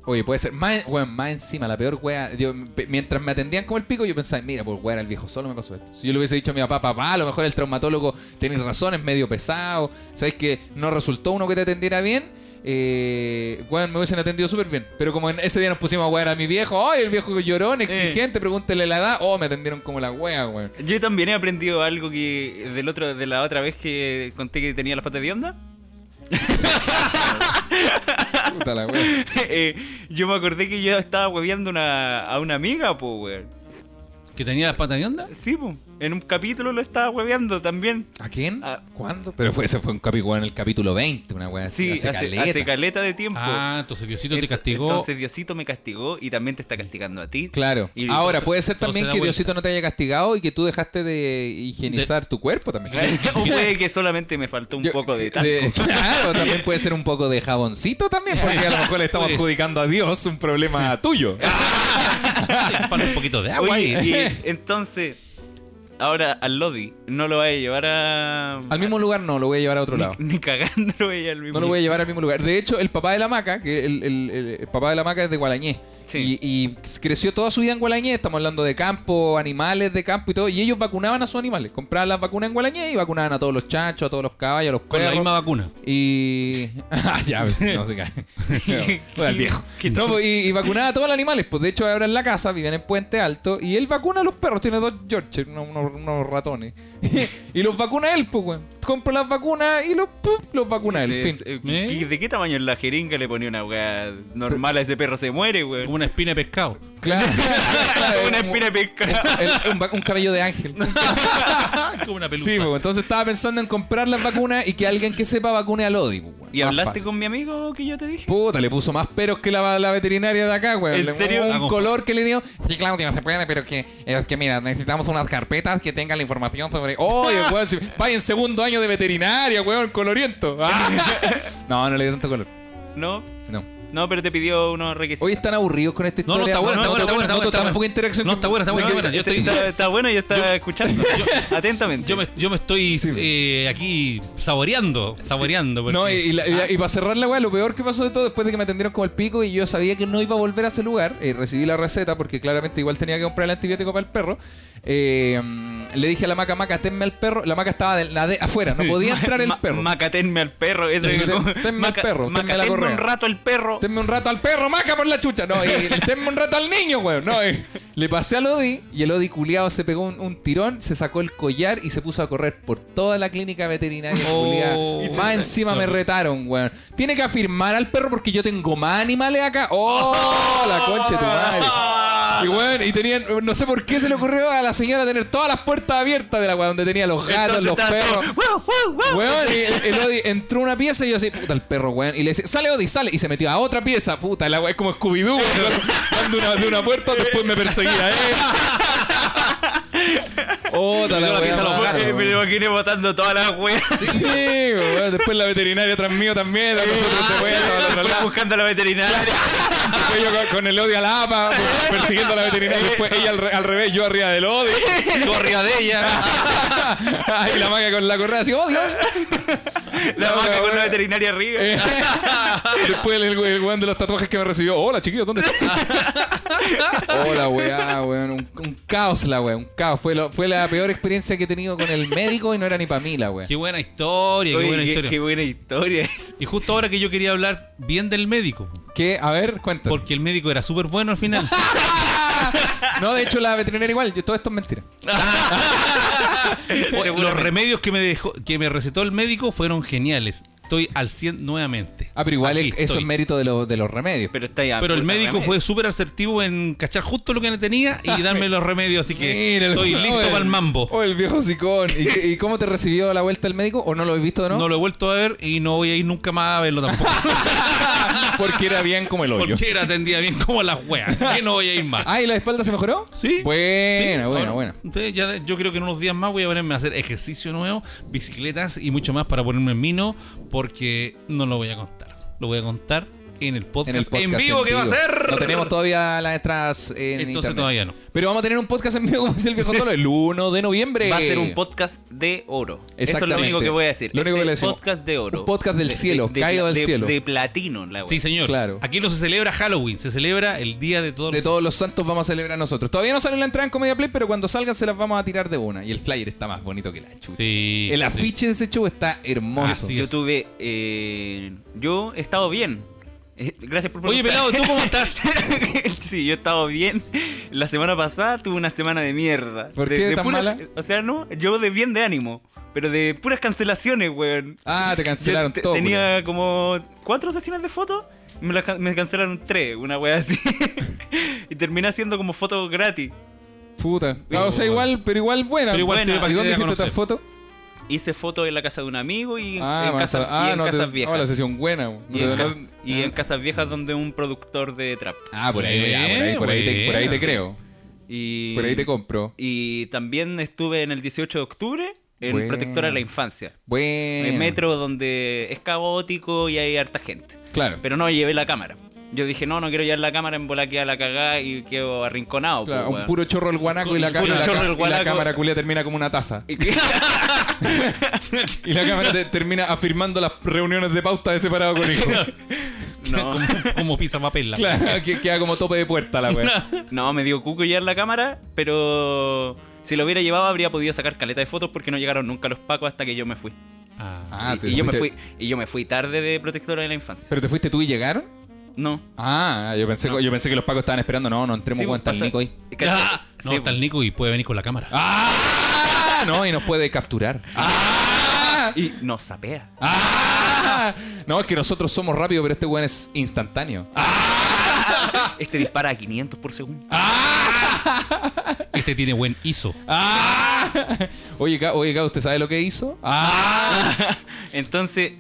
Oye, puede ser. Más, weón, más encima, la peor wea. Yo, pe- mientras me atendían como el pico, yo pensaba, mira, por wea, era el viejo solo me pasó esto. Si yo le hubiese dicho a mi papá, papá, a lo mejor el traumatólogo tenés razón, es medio pesado. Sabes que no resultó uno que te atendiera bien. Eh, weón, me hubiesen atendido súper bien. Pero como en ese día nos pusimos a wear a mi viejo, ¡ay, el viejo llorón, exigente! Pregúntele la edad. Oh, me atendieron como la wea, weón. Yo también he aprendido algo que del otro, de la otra vez que conté que tenía las patas de onda. Puta la wea. Eh, yo me acordé que yo estaba hueveando una, a una amiga, po, weón. ¿Que tenía las patas de onda? Sí, po. En un capítulo lo estaba hueveando también. ¿A quién? Ah. ¿Cuándo? Pero fue, ese fue un capítulo en el capítulo 20, una wea así. Sí, hace, hace caleta. caleta. de tiempo. Ah, entonces Diosito te Ent- castigó. Entonces Diosito me castigó y también te está castigando a ti. Claro. Y Ahora, entonces- puede ser todo también se da que Diosito no te haya castigado y que tú dejaste de higienizar tu cuerpo también. o puede que solamente me faltó un Yo- poco de tal. de- claro, también puede ser un poco de jaboncito también, porque a lo mejor le estamos adjudicando a Dios un problema tuyo. Ah, falta un poquito de agua. Oye, ahí. y entonces, ahora al lobby no lo voy a llevar a. Al mismo lugar no, lo voy a llevar a otro lado. Ni cagando lo voy a llevar al mismo. No lo voy a llevar al mismo lugar. De hecho, el papá de la maca, que el, el- el- el papá de la maca es de Gualañé. Sí. Y, y creció toda su vida en Gualañé. Estamos hablando de campo, animales de campo y todo. Y ellos vacunaban a sus animales. Compraban las vacunas en Gualañé y vacunaban a todos los chachos, a todos los caballos, a los Con la perros. misma vacuna. Y. Ah, ya, pues, no se cae. Bueno, el viejo. Qué No, pues, y, y vacunaba a todos los animales. Pues de hecho, ahora en la casa viven en Puente Alto. Y él vacuna a los perros. Tiene dos Yorkshire, unos, unos- unos ratones. y los vacuna él, pues, weón. Compra las vacunas y los, pum, los vacuna él. Es- fin. eh, ¿Eh? ¿qué- ¿De qué tamaño es la jeringa le ponía una weá normal a ese perro? Se muere, weón. Como una espina de pescado. Claro. claro, es Una como- espina de pescado. el- un, va- un cabello de ángel. Ah, Como una pelusa. Sí, pues, entonces estaba pensando en comprar las vacunas y que alguien que sepa vacune al Odi. Pues, weón. ¿Y Más hablaste fácil. con mi amigo que yo te dije? Puta, le puso más peros que la, la veterinaria de acá, güey. ¿En Le- serio? Un Ah, con- color que le dio. Sí, Claudio, se puede, pero que, es que mira, necesitamos unas carpetas que tengan la información sobre. Oye, weón, si- vaya en segundo año de veterinaria, weón, coloriento. Ah. no, no le dio tanto color. No, No. no, pero te pidió unos requisitos. Hoy están aburridos con esta No, no, historia. está buena, está buena, está buena. No, está buena, tan está poca buena. interacción. No, que- está buena, está buena, está buena. Yo Este- estoy- está, está bueno, yo estaba escuchando. Atentamente. Yo me, yo me estoy eh, aquí saboreando, saboreando. porque- No, y, y la- y la- Ah. y para cerrar la weá, lo peor que pasó de todo, después de que me atendieron como el pico y yo sabía que no iba a volver a ese lugar, eh, recibí la receta porque claramente igual tenía que comprar el antibiótico para el perro. eh, mm, le dije a la maca, maca, tenme al perro. La maca estaba de, la de- afuera, no podía entrar el Ma- perro. Macatenme al perro. Eso es Ten- como- tenme al maca- perro, tenme la macatenme correa. un rato al perro. Tenme un rato al perro, maca, por la chucha. No, y tenme un rato al niño, weón. No, y- le pasé al Odi y el Odi culiado se pegó un, un tirón, se sacó el collar y se puso a correr por toda la clínica veterinaria. Oh. culiao. Y te- Más encima me retaron, weón. Tiene que afirmar al perro porque yo tengo más animales acá. ¡Oh! La concha de tu madre. Y weón, y tenían, no sé por qué se le ocurrió a la señora tener todas las puertas abiertas de la weón, donde tenía los gatos, Entonces los estaba todo, perros. "Wow, wow, wow". Weón, y el, el Odi entró una pieza y yo así, puta, el perro, weón. Y le decía, sale Odi, sale. Y se metió a otra pieza, puta, la weón, es como Scooby-Doo, weón. Cuando una, de una puerta, después me perseguía, eh. Otra metió Oh, la a la weá pieza de los mala, gatos, Eh, weón. Me lo imaginé botando todas las weas. Sí, weón. Después la veterinaria atrás mío también, a nosotros de vuelta, al otro Después lado. buscando a la veterinaria. Después yo con, con el Odi a la APA, persiguiendo a la veterinaria. Y después ella al, re- al revés, yo arriba del Odi. Yo arriba de ella. y la maga con la correa así, Odi, Odi. La No, maca no, con no. la veterinaria arriba. Eh, Después el, el, el weón de los tatuajes que me recibió. Hola, chiquillos, ¿dónde estás? Hola, Oh, weá, weón. Un, un caos la weá, un caos. Fue, lo- fue la peor experiencia que he tenido con el médico y no era ni para mí la weá. Qué buena historia, qué Oye, buena qué- historia. qué buena historia es. Y justo ahora que yo quería hablar bien del médico. Que, a ver, cuéntame. Porque el médico era súper bueno al final. No, de hecho, la veterinaria igual. Yo- todo esto es mentira. Oye, Los remedios que me dejó, que me recetó el médico fueron geniales. estoy al 100 nuevamente. Ah, pero igual Aquí es- eso estoy. Ah, es mérito de, lo- de los remedios. Pero está ya. Pero el puta médico remedio. fue súper asertivo en cachar justo lo que tenía y darme los remedios, así que Mira, el- estoy oh, listo el- para el mambo. Oh, el viejo sicón. ¿Y, qué- y cómo te recibió a la vuelta el médico? ¿O no lo has visto de ¿No? nuevo? lo he vuelto a ver y no voy a ir nunca más a verlo tampoco. Porque era bien como el hoyo. Porque él atendía bien como las weas, así que no voy a ir más. Ah, ¿y la espalda se mejoró? Sí. Buena, Sí, buena, ahora, buena. entonces ya- yo creo que en unos días más voy a ponerme a hacer ejercicio nuevo, bicicletas y mucho más para ponerme en mino, porque no lo voy a contar. Lo voy a contar en el podcast en, vivo que va a vivo. ser. No tenemos todavía las entradas en Entonces internet. todavía no. Pero vamos a tener un podcast en vivo como dice el viejo solo el 1 de noviembre. Va a ser un podcast de oro. Eso es lo Este Exactamente. único que voy a decir. Este Lo único que le decimos. podcast de oro. Un podcast del cielo, caído del de- cielo. De platino, la wea. Sí, señor. Claro. Aquí no se celebra Halloween, se celebra el día de todos De los- todos los santos vamos a celebrar nosotros. Todavía no sale la entrada en Comedia Play, pero cuando salgan se las vamos a tirar de una. Y el flyer está más bonito que la chucha. Sí, el sí. afiche de ese show está hermoso. Así Yo es. tuve. eh, yo he estado bien. Eh, Gracias por Oye, preguntar. pelado, ¿tú cómo estás? sí, yo he estado bien. La semana pasada tuve una semana de mierda. ¿Por De- qué de tan puras- mala? O sea, no, yo de bien de ánimo, pero de puras cancelaciones, weón. Ah, te cancelaron Yo te- todo. culiao. Tenía como cuatro sesiones de fotos, me, las can- me cancelaron tres, una weá así. y terminé haciendo como fotos gratis. Puta. Ah, o sea, igual, pero igual buena. Pero igual Buena. sirve para ¿Y que se dónde hiciste dé a estas fotos? Hice fotos en la casa de un amigo y en- Ah, en casas avanzada. y Ah, en no, te- casas Ah, la viejas. sesión ah. buena. No Y te- en, no- cas- y en casas viejas donde un productor de trap. Ah, por ahí, ya, por ahí, por ahí te, por ahí te creo. Y, Por ahí te compro. Y también estuve en el 18 de octubre en Bueno. Protectora de la Infancia. En Bueno. metro donde es caótico y hay harta gente. Claro. Pero no llevé la cámara. Yo dije, no, no quiero llevar la cámara en bola que a la cagada y quedo arrinconado. Claro, pues, un weón. puro chorro el guanaco y la, ca- puro y la ca- chorro el y la guanaco. cámara culia termina como una taza. Y que- Y la cámara te- termina afirmando las reuniones de pauta de separado con hijo. no, Como pisa papel. la claro, que queda como tope de puerta la wea. no, me dio cuco llevar la cámara, pero si lo hubiera llevado habría podido sacar caleta de fotos porque no llegaron nunca los pacos hasta que yo me fui. Ah. Ah, y, te y yo me fui fuiste- y yo me fui tarde de Protectora de la Infancia. ¿Pero te fuiste tú y llegaron? No. Ah, yo pensé, yo pensé que los pacos estaban esperando. No, no entremos Sí, con tal pasa- Nico ahí. Cacha- Ah, sí, No, está el Nico y puede venir con la cámara. ¡Ah! No, y nos puede capturar. ¡Ah! Y nos sapea. ¡Ah! No, es que nosotros somos rápidos, pero este weón es instantáneo. Este dispara a 500 por segundo. Este tiene buen ISO. ¡Ah! Oye, Gabo, oye, Gabo, ¿usted sabe lo que hizo? ¡Ah! Entonces,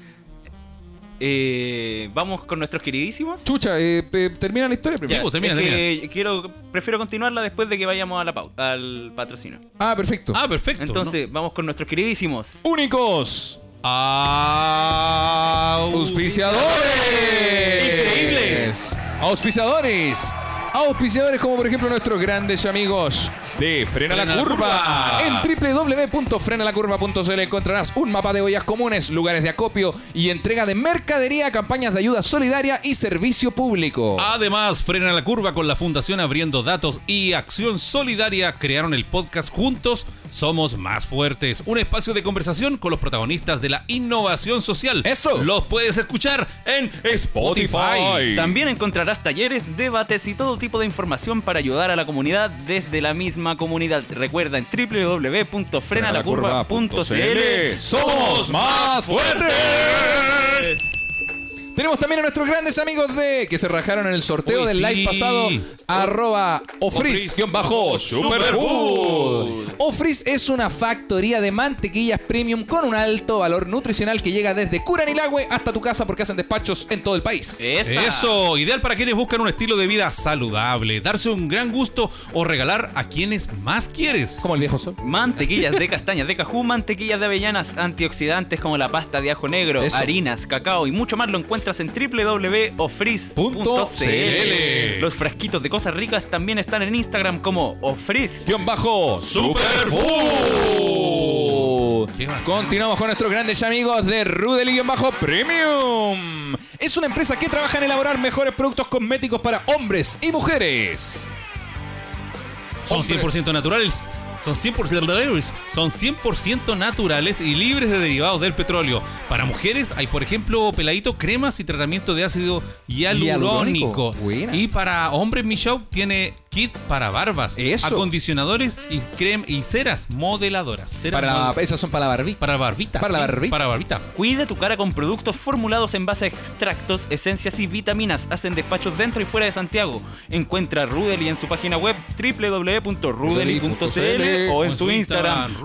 eh, vamos con nuestros queridísimos. Chucha, eh, pe- termina la historia Ya, primero. pues termina, Es que termina. quiero, prefiero continuarla después de que vayamos a la pau- al patrocinio. Ah, perfecto. Ah, perfecto. Entonces, vamos con nuestros queridísimos. Únicos ¿no? Ah, auspiciadores. Increíbles. Auspiciadores. Auspiciadores como por ejemplo nuestros grandes amigos de Frena, Frena la la Curva. Ah. Curva. En www.frenalacurva.cl encontrarás un mapa de ollas comunes, lugares de acopio y entrega de mercadería, campañas de ayuda solidaria y servicio público. Además, Frena la Curva con la Fundación Abriendo Datos y Acción Solidaria crearon el podcast Juntos Somos Más Fuertes, un espacio de conversación con los protagonistas de la innovación social. ¡Eso! Los puedes escuchar en Spotify. También encontrarás talleres, debates y todo tipo de información para ayudar a la comunidad desde la misma comunidad. Recuerda en www.frenalacurva.cl. Somos más fuertes. Tenemos también a nuestros grandes amigos de que se rajaron en el sorteo Uy, del sí. live pasado. Arroba Ofriz. bajo Superfood. Ofriz es una factoría de mantequillas premium con un alto valor nutricional que llega desde Curanilagüe hasta tu casa porque hacen despachos en todo el país. Esa. Eso, ideal para quienes buscan un estilo de vida saludable, darse un gran gusto o regalar a quienes más quieres. Como el viejo sol. Mantequillas de castañas de cajú, mantequillas de avellanas, antioxidantes como la pasta de ajo negro, Eso. harinas, cacao y mucho más lo encuentras en www.ofriz.cl. CL. Los frasquitos de cosas ricas también están en Instagram como ofriz. Guión bajo Superfood. Qué bacán. Continuamos con nuestros grandes amigos de Rudely guión bajo Premium. Es una empresa que trabaja en elaborar mejores productos cosméticos para hombres y mujeres. Son Hombre. 100% naturales. Son 100% naturales, son 100% naturales y libres de derivados del petróleo. Para mujeres hay, por ejemplo, peladito, cremas y tratamiento de ácido hialurónico. Hialurónico, buena. Y para hombres, mi show tiene kit para barbas, Eso. acondicionadores y, crem y ceras modeladoras. Ceras Para, model- esas son para la Barbie. para barbita. para la barbita. Para barbita. Cuida tu cara con productos formulados en base a extractos, esencias y vitaminas. Hacen despachos dentro y fuera de Santiago. Encuentra a Rudely en su página web www.rudely.cl o en su Instagram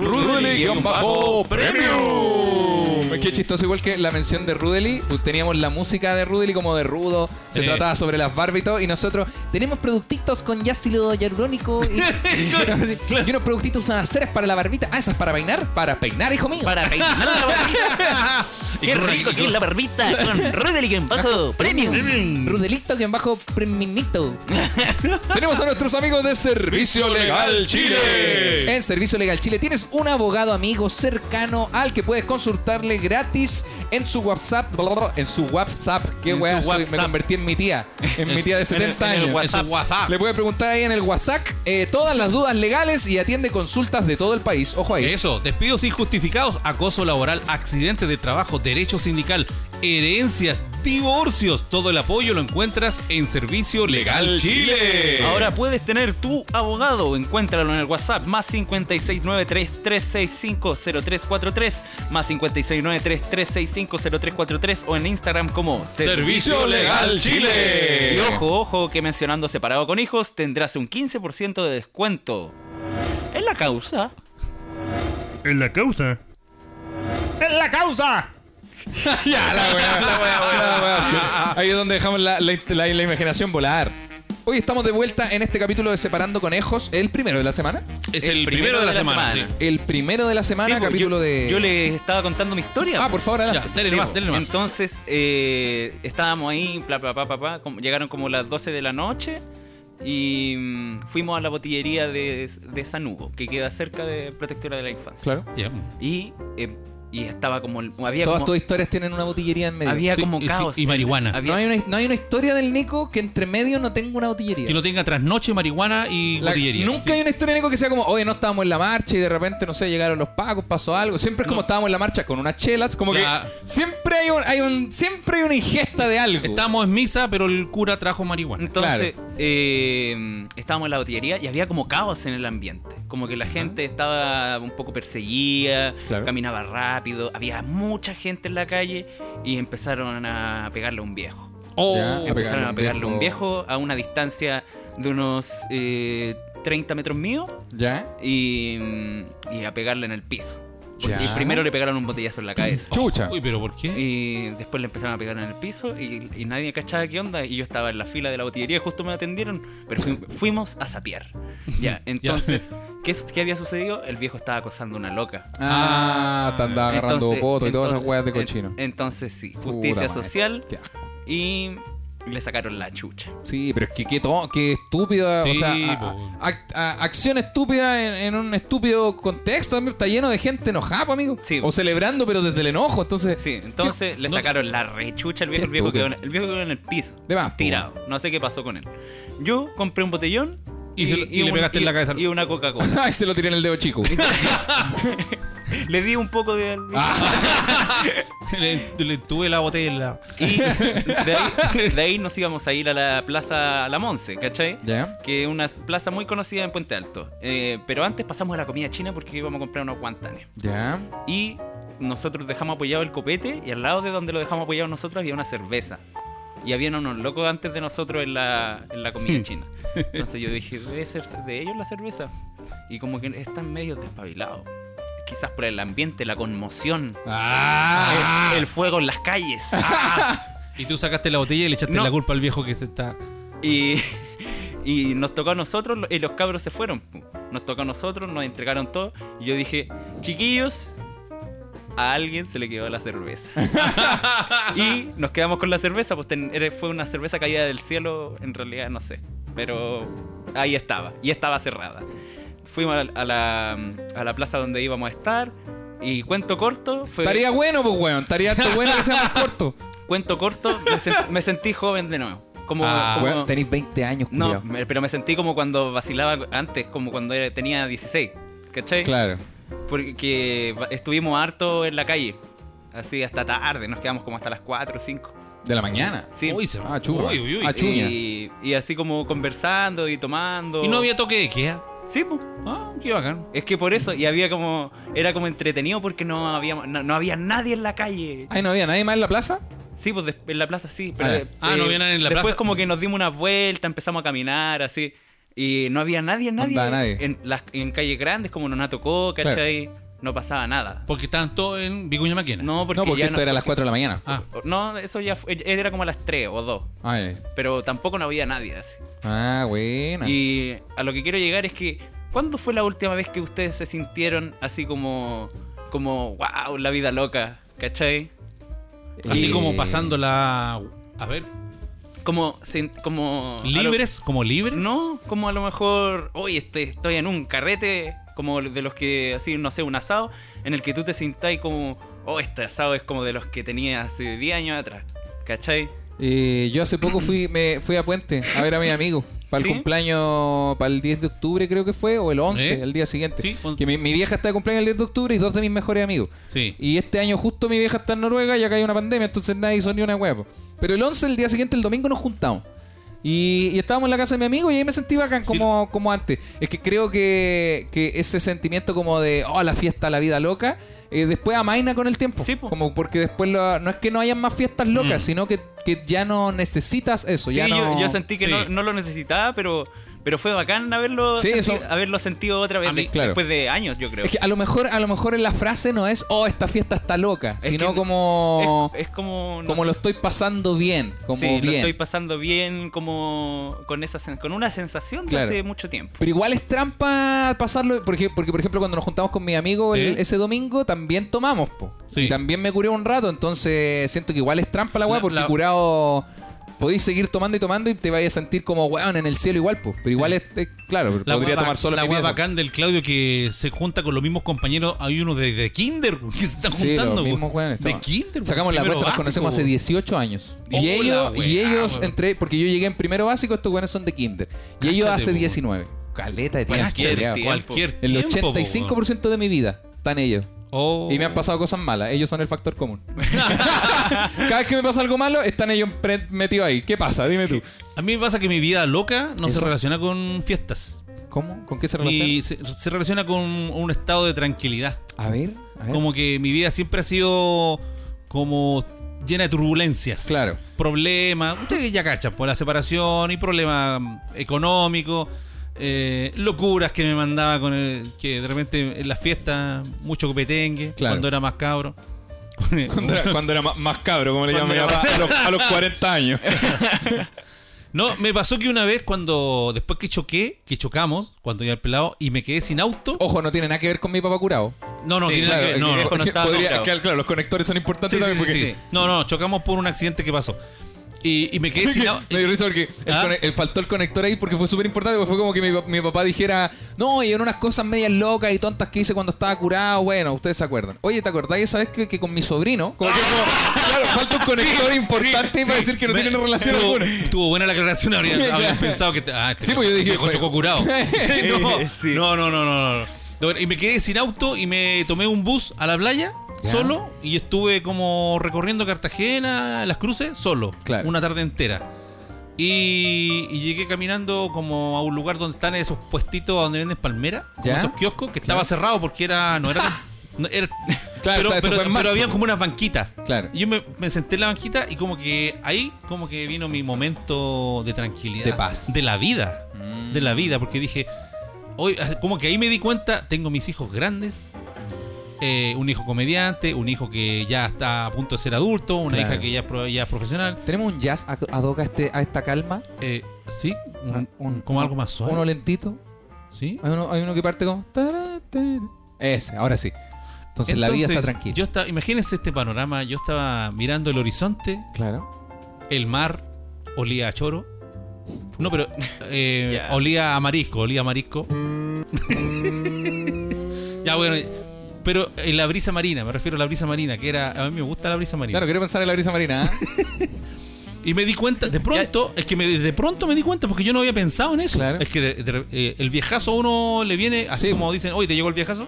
Rudely-premium. rudely-premium. Qué chistoso, igual que la mención de Rudely, pues, teníamos la música de Rudely como de rudo, se Sí. trataba sobre las Barbie y todo, y nosotros tenemos productitos con ácido hialurónico y, y unos productitos son aceras para la barbita. Ah, esas para peinar, para peinar, hijo mío. Para peinar la barbita. Qué rico que es la barbita con Rudely-premium. Rudelito que bajo preminito. Tenemos a nuestros amigos de Servicio Legal Chile. En Servicio Legal Chile tienes un abogado amigo cercano al que puedes consultarle gratis en su WhatsApp. bla, bla, bla, En su WhatsApp. Qué En su wea, soy- me WhatsApp. convertí en mi tía. En mi tía de 70 en el años. En su WhatsApp. Le puedes preguntar ahí en el WhatsApp eh, todas las dudas legales y atiende consultas de todo el país. Ojo ahí. Eso, despidos injustificados, acoso laboral, accidentes de trabajo, derecho sindical, herencias, divorcios. Todo el apoyo lo encuentras en Servicio Legal Chile. Ahora puedes tener tu abogado. Encuéntralo en el WhatsApp más 56933650343 más 56933650343 o en Instagram como Servicio Legal Y Chile. ojo, ojo, que mencionando separado con hijos tendrás un 15% de descuento. ¿Es la causa? En la causa. ¡En la causa! Ya, la weá, la weá, la weá, sí. Ahí es donde dejamos la, la- la- la imaginación volar. Hoy estamos de vuelta en este capítulo de Separando Conejos, el primero de la semana. Es el, primero, de la, semana. sí. El primero de la semana, Sí, pues, capítulo yo, de. Yo les estaba contando mi historia. Ah, por favor, adelante. Ya, dale Sí, nomás, po. dale nomás. Entonces, eh, estábamos ahí, bla, bla, bla, bla, bla, como- llegaron como las 12 de la noche y mm, fuimos a la botillería de, de San Hugo, que queda cerca de Protectora de la Infancia. Claro. Ya. Y, eh, y estaba como... el- Había Todas como, tus historias tienen una botillería en medio. había Sí, como y sí, caos. y marihuana. No, Había- hay una, no hay una historia del Nico que entre medio no tenga una botillería. Que no tenga trasnoche, marihuana y La- botillería. nunca Sí. hay una historia del Nico que sea como, oye, no estábamos en la marcha y de repente, no sé, llegaron los pacos, pasó algo. Siempre es como estábamos en la marcha con unas chelas, como La- que siempre hay un, hay un, siempre hay una ingesta de algo. Estamos en misa, pero el cura trajo marihuana. Entonces, eh, estábamos en la botillería y había como caos en el ambiente. Como que la gente estaba un poco perseguida, Claro. caminaba rápido, había mucha gente en la calle y empezaron a pegarle a un viejo. Oh, Ya, a pegar. empezaron un a pegarle a un viejo. viejo a una distancia de unos eh, 30 metros míos ¿Ya? y, mm, y a pegarle en el piso. Ya. Y primero le pegaron un botellazo en la cabeza. Chucha. uy, pero ¿por qué? Y después le empezaron a pegar en el piso y, y nadie cachaba qué onda. Y yo estaba en la fila de la botillería y justo me atendieron, pero fui- fuimos a sapear. Ya, entonces, ¿qué, su- qué había sucedido? El viejo estaba acosando a una loca. Ah, te andaba agarrando Entonces- poto y todas esas entonces- eh, weas de en- cochino. Entonces, sí, Puta justicia madre. social Qué asco. y le sacaron la chucha. Sí, pero es que qué, to- qué estúpida, o Sí, sea, a- a- po. ac- a- acción estúpida en, en un estúpido contexto, amigo. está lleno de gente enojada, po, amigo. Sí. O celebrando, pero desde el enojo, entonces... Sí, entonces le no- sacaron la rechucha al viejo. Qué El viejo, quedó estúpido. en, el viejo quedó en el piso. De más, po. tirado. No sé qué pasó con él. Yo compré un botellón Y se lo- y le pegaste en la cabeza. Y una Coca-Cola. Ay, se lo tiré en el dedo chico. le di un poco de. Ah. le, le tuve la botella. Y de ahí, de ahí nos íbamos a ir a la plaza La Monse, ¿cachai? Ya. Que es una plaza muy conocida en Puente Alto. Eh, pero antes pasamos a la comida china porque íbamos a comprar unos guantanes. Ya. Y nosotros dejamos apoyado el copete y al lado de donde lo dejamos apoyado nosotros había una cerveza. Y habían unos locos antes de nosotros en la, en la comida china. Entonces yo dije, debe ser de ellos la cerveza. Y como que están medio despabilados. Quizás por el ambiente, la conmoción, el, el fuego en las calles. Y tú sacaste la botella y le echaste No. la culpa al viejo que se está. Y, y nos tocó a nosotros lo- y los cabros se fueron. pu. Nos tocó a nosotros, nos entregaron todo. Y yo dije, chiquillos, a alguien se le quedó la cerveza. y nos quedamos con la cerveza, pues ten- era- fue una cerveza caída del cielo, en realidad no sé. Pero ahí estaba, y estaba cerrada. Fuimos a la, a la, a la plaza donde íbamos a estar. Y cuento corto, fue, Estaría bueno, pues, weón. Estaría harto bueno que sea más corto. cuento corto, me, sen- me sentí joven de nuevo. Como, Ah, como- Weón, tenéis 20 años, no, culiao. me- pero me sentí como cuando vacilaba antes, como cuando era- tenía 16, ¿cachai? Claro. Porque va- estuvimos harto en la calle, así hasta tarde, nos quedamos como hasta las 4 o 5. De la mañana. Sí. Uy, se va. Ah, chupa. Uy, uy, uy. Ah, chu- chuña. y, y así como conversando y tomando. Y no había toque de queda. Sí, pues. Ah, qué bacán. Es que por eso, y había como. Era como entretenido porque no había, no, no había nadie en la calle. Ay, no había nadie más en la plaza. Sí, pues des- en la plaza sí. Pero, Ah, de- eh, ah, no había nadie en la Después plaza. como que nos dimos una vuelta, empezamos a caminar, así. Y no había nadie, nadie. andaba nadie. En, las, en calles grandes, como Nonato tocó, Claro. ¿cachai? No pasaba nada. Porque estaban todos en Vicuña Maquena. No, porque, no, porque ya esto era a las 4 de la mañana. Ah, No, eso ya fue- e-, era como a las 3 o 2. Ay. Pero tampoco no había nadie así. Ah, buena. Y a lo que quiero llegar es que, ¿cuándo fue la última vez que ustedes se sintieron así como, como, wow, la vida loca? ¿Cachai? así Eh, como pasándola. A ver, Ah, Como, sin- como a lo- libres, como libres. no, como a lo mejor, hoy estoy, estoy en un carrete, como de los que, así, no sé, un asado, en el que tú te sintáis como, oh, este asado es como de los que tenía hace 10 años atrás. ¿Cachai? Eh, yo hace poco fui, me, fui a Puente a ver a mi amigo. Para el ¿Sí? cumpleaños, para el 10 de octubre creo que fue, o el 11, ¿Eh? el día siguiente. Sí, on- que mi, mi vieja está de cumpleaños el 10 de octubre y dos de mis mejores amigos. Sí. Y este año justo mi vieja está en Noruega y acá hay una pandemia, entonces nadie hizo ni una huevo. Pero el 11, el día siguiente, el domingo, nos juntamos. Y, y estábamos en la casa de mi amigo y ahí me sentí bacán, como, como antes. Es que creo que, que ese sentimiento como de, oh, la fiesta, la vida loca, eh, después amaina con el tiempo. Sí, po. Mm. Como porque después lo- no es que no hayan más fiestas locas, sino que, que ya no necesitas eso. Sí, ya no... yo, yo sentí que sí. no, no lo necesitaba, pero, pero fue bacán haberlo, Sí, senti- eso- haberlo sentido otra vez A mí, de- claro. después de años, yo creo. Es que a lo mejor, a lo mejor en la frase no es, oh, esta fiesta está loca, Es sino que- como... es, es como... no como sé, lo estoy pasando bien, como sí, bien. lo estoy pasando bien, como con, esa, sen- con una sensación de Claro. hace mucho tiempo. Pero igual es trampa pasarlo, porque, porque por ejemplo cuando nos juntamos con mi amigo el- ¿Eh? ese domingo también tomamos, po. Sí. Y también me curé un rato, entonces siento que igual es trampa la weá, La- porque la- curado podéis seguir tomando y tomando y te vais a sentir como weón en el cielo igual, po. Pero igual es, es- claro, La podría hueá tomar bac- solo La en mi hueá pieza. bacán del Claudio que se junta con los mismos compañeros. Hay uno de, de Kinder güey, que se están Sí, los juntando. güey. mismos weones, de estamos- Kinder. güey, Sacamos la primero cuenta, nos básico, conocemos hace güey. 18 años. Y Hola, ellos, y weá, ellos weón. entre, porque yo llegué en primero básico, estos weones son de kinder. Y ellos Cáchate, hace po. 19. Caleta de tiempo, Cualquier, culiao. tiempo, cualquier El tiempo, po, güey. 85% de mi vida están ellos. Oh. Y me han pasado cosas malas. Ellos son el factor común. Cada vez que me pasa algo malo, están ellos pre- metidos ahí. ¿Qué pasa? Dime tú. A mí me pasa que mi vida loca no Eso. se relaciona con fiestas. ¿Cómo? ¿Con qué se relaciona? Y se, se relaciona con un estado de tranquilidad. A ver, a ver. Como que mi vida siempre ha sido como llena de turbulencias. Claro. Problemas. Ustedes ya cachan, por la separación y problemas económicos. eh, locuras que me mandaba con el, que de repente en las fiestas mucho copetengue Claro. cuando era más cabro Cuando era, cuando era ma- más cabro, como le llaman Cuando mi era papá, a los, a los 40 años. no me pasó que una vez cuando después que choqué que chocamos cuando iba al pelado y me quedé sin auto Ojo, no tiene nada que ver con mi papá curado. no no Sí, tiene claro, nada que- no, el no, viejo no estaba Podría- curado. claro, claro, los conectores son importantes Sí, también sí, sí, porque... sí. No, no, chocamos por un accidente que pasó. Y, y me quedé sin. au- Me dio risa porque el ¿Ah? cone- el- faltó el conector ahí porque fue súper importante. porque Fue como que mi, pa- mi papá dijera, no, y en unas cosas medias locas y tontas que hice cuando estaba curado. Bueno, ustedes se acuerdan. Oye, ¿te acordáis esa vez que, que con mi sobrino? Como que como- claro, falta un conector importante para decir que no me- tienen relación tuvo, alguna. Tuvo buena la aclaración, habrían, Claro. habrían pensado que. te- Ah, este Sí, pues yo dije, viejo fue- chocó curado. Sí, no, Sí. no, no, no, no, no, no. Bueno, Y me quedé sin auto y me tomé un bus a la playa Ya. solo y estuve como recorriendo Cartagena, las cruces, solo. Claro. Una tarde entera. Y, y llegué caminando como a un lugar donde están esos puestitos donde venden palmera, como Ya. esos kioscos, que estaba cerrado porque era. No era, no era- pero, esto pero, fue en pero marzo. habían como unas banquitas. Claro. Y Yo me, me senté en la banquita y como que ahí como que vino mi momento de tranquilidad. De paz. Mm. De la vida. De la vida, porque dije, hoy, como que ahí me di cuenta, tengo mis hijos grandes, eh, un hijo comediante, un hijo que ya está a punto de ser adulto, una Claro. hija que ya, es pro- ya es profesional. ¿Tenemos un jazz ad- ad hoc a, este, a esta calma? Eh, sí, un- Ah, un- como algo más suave. ¿Uno lentito? sí. Hay uno, hay uno que parte como... tará, tará. Ese, ahora sí. Entonces, la vida está Entonces, tranquila. Yo estaba, imagínense este panorama, yo estaba mirando el horizonte, Claro. el mar olía a choro. No, pero eh, Ya. olía a marisco, olía a marisco. ya, bueno. Pero eh, la brisa marina, me refiero a la brisa marina, que era. A mí me gusta la brisa marina. Claro, quiero pensar en la brisa marina. ¿ah? Y me di cuenta, de pronto, es que me, de pronto me di cuenta porque yo no había pensado en eso. Claro. Es que de- de- eh, el viejazo a uno le viene, así Sí. como dicen, oye, te llegó el viejazo.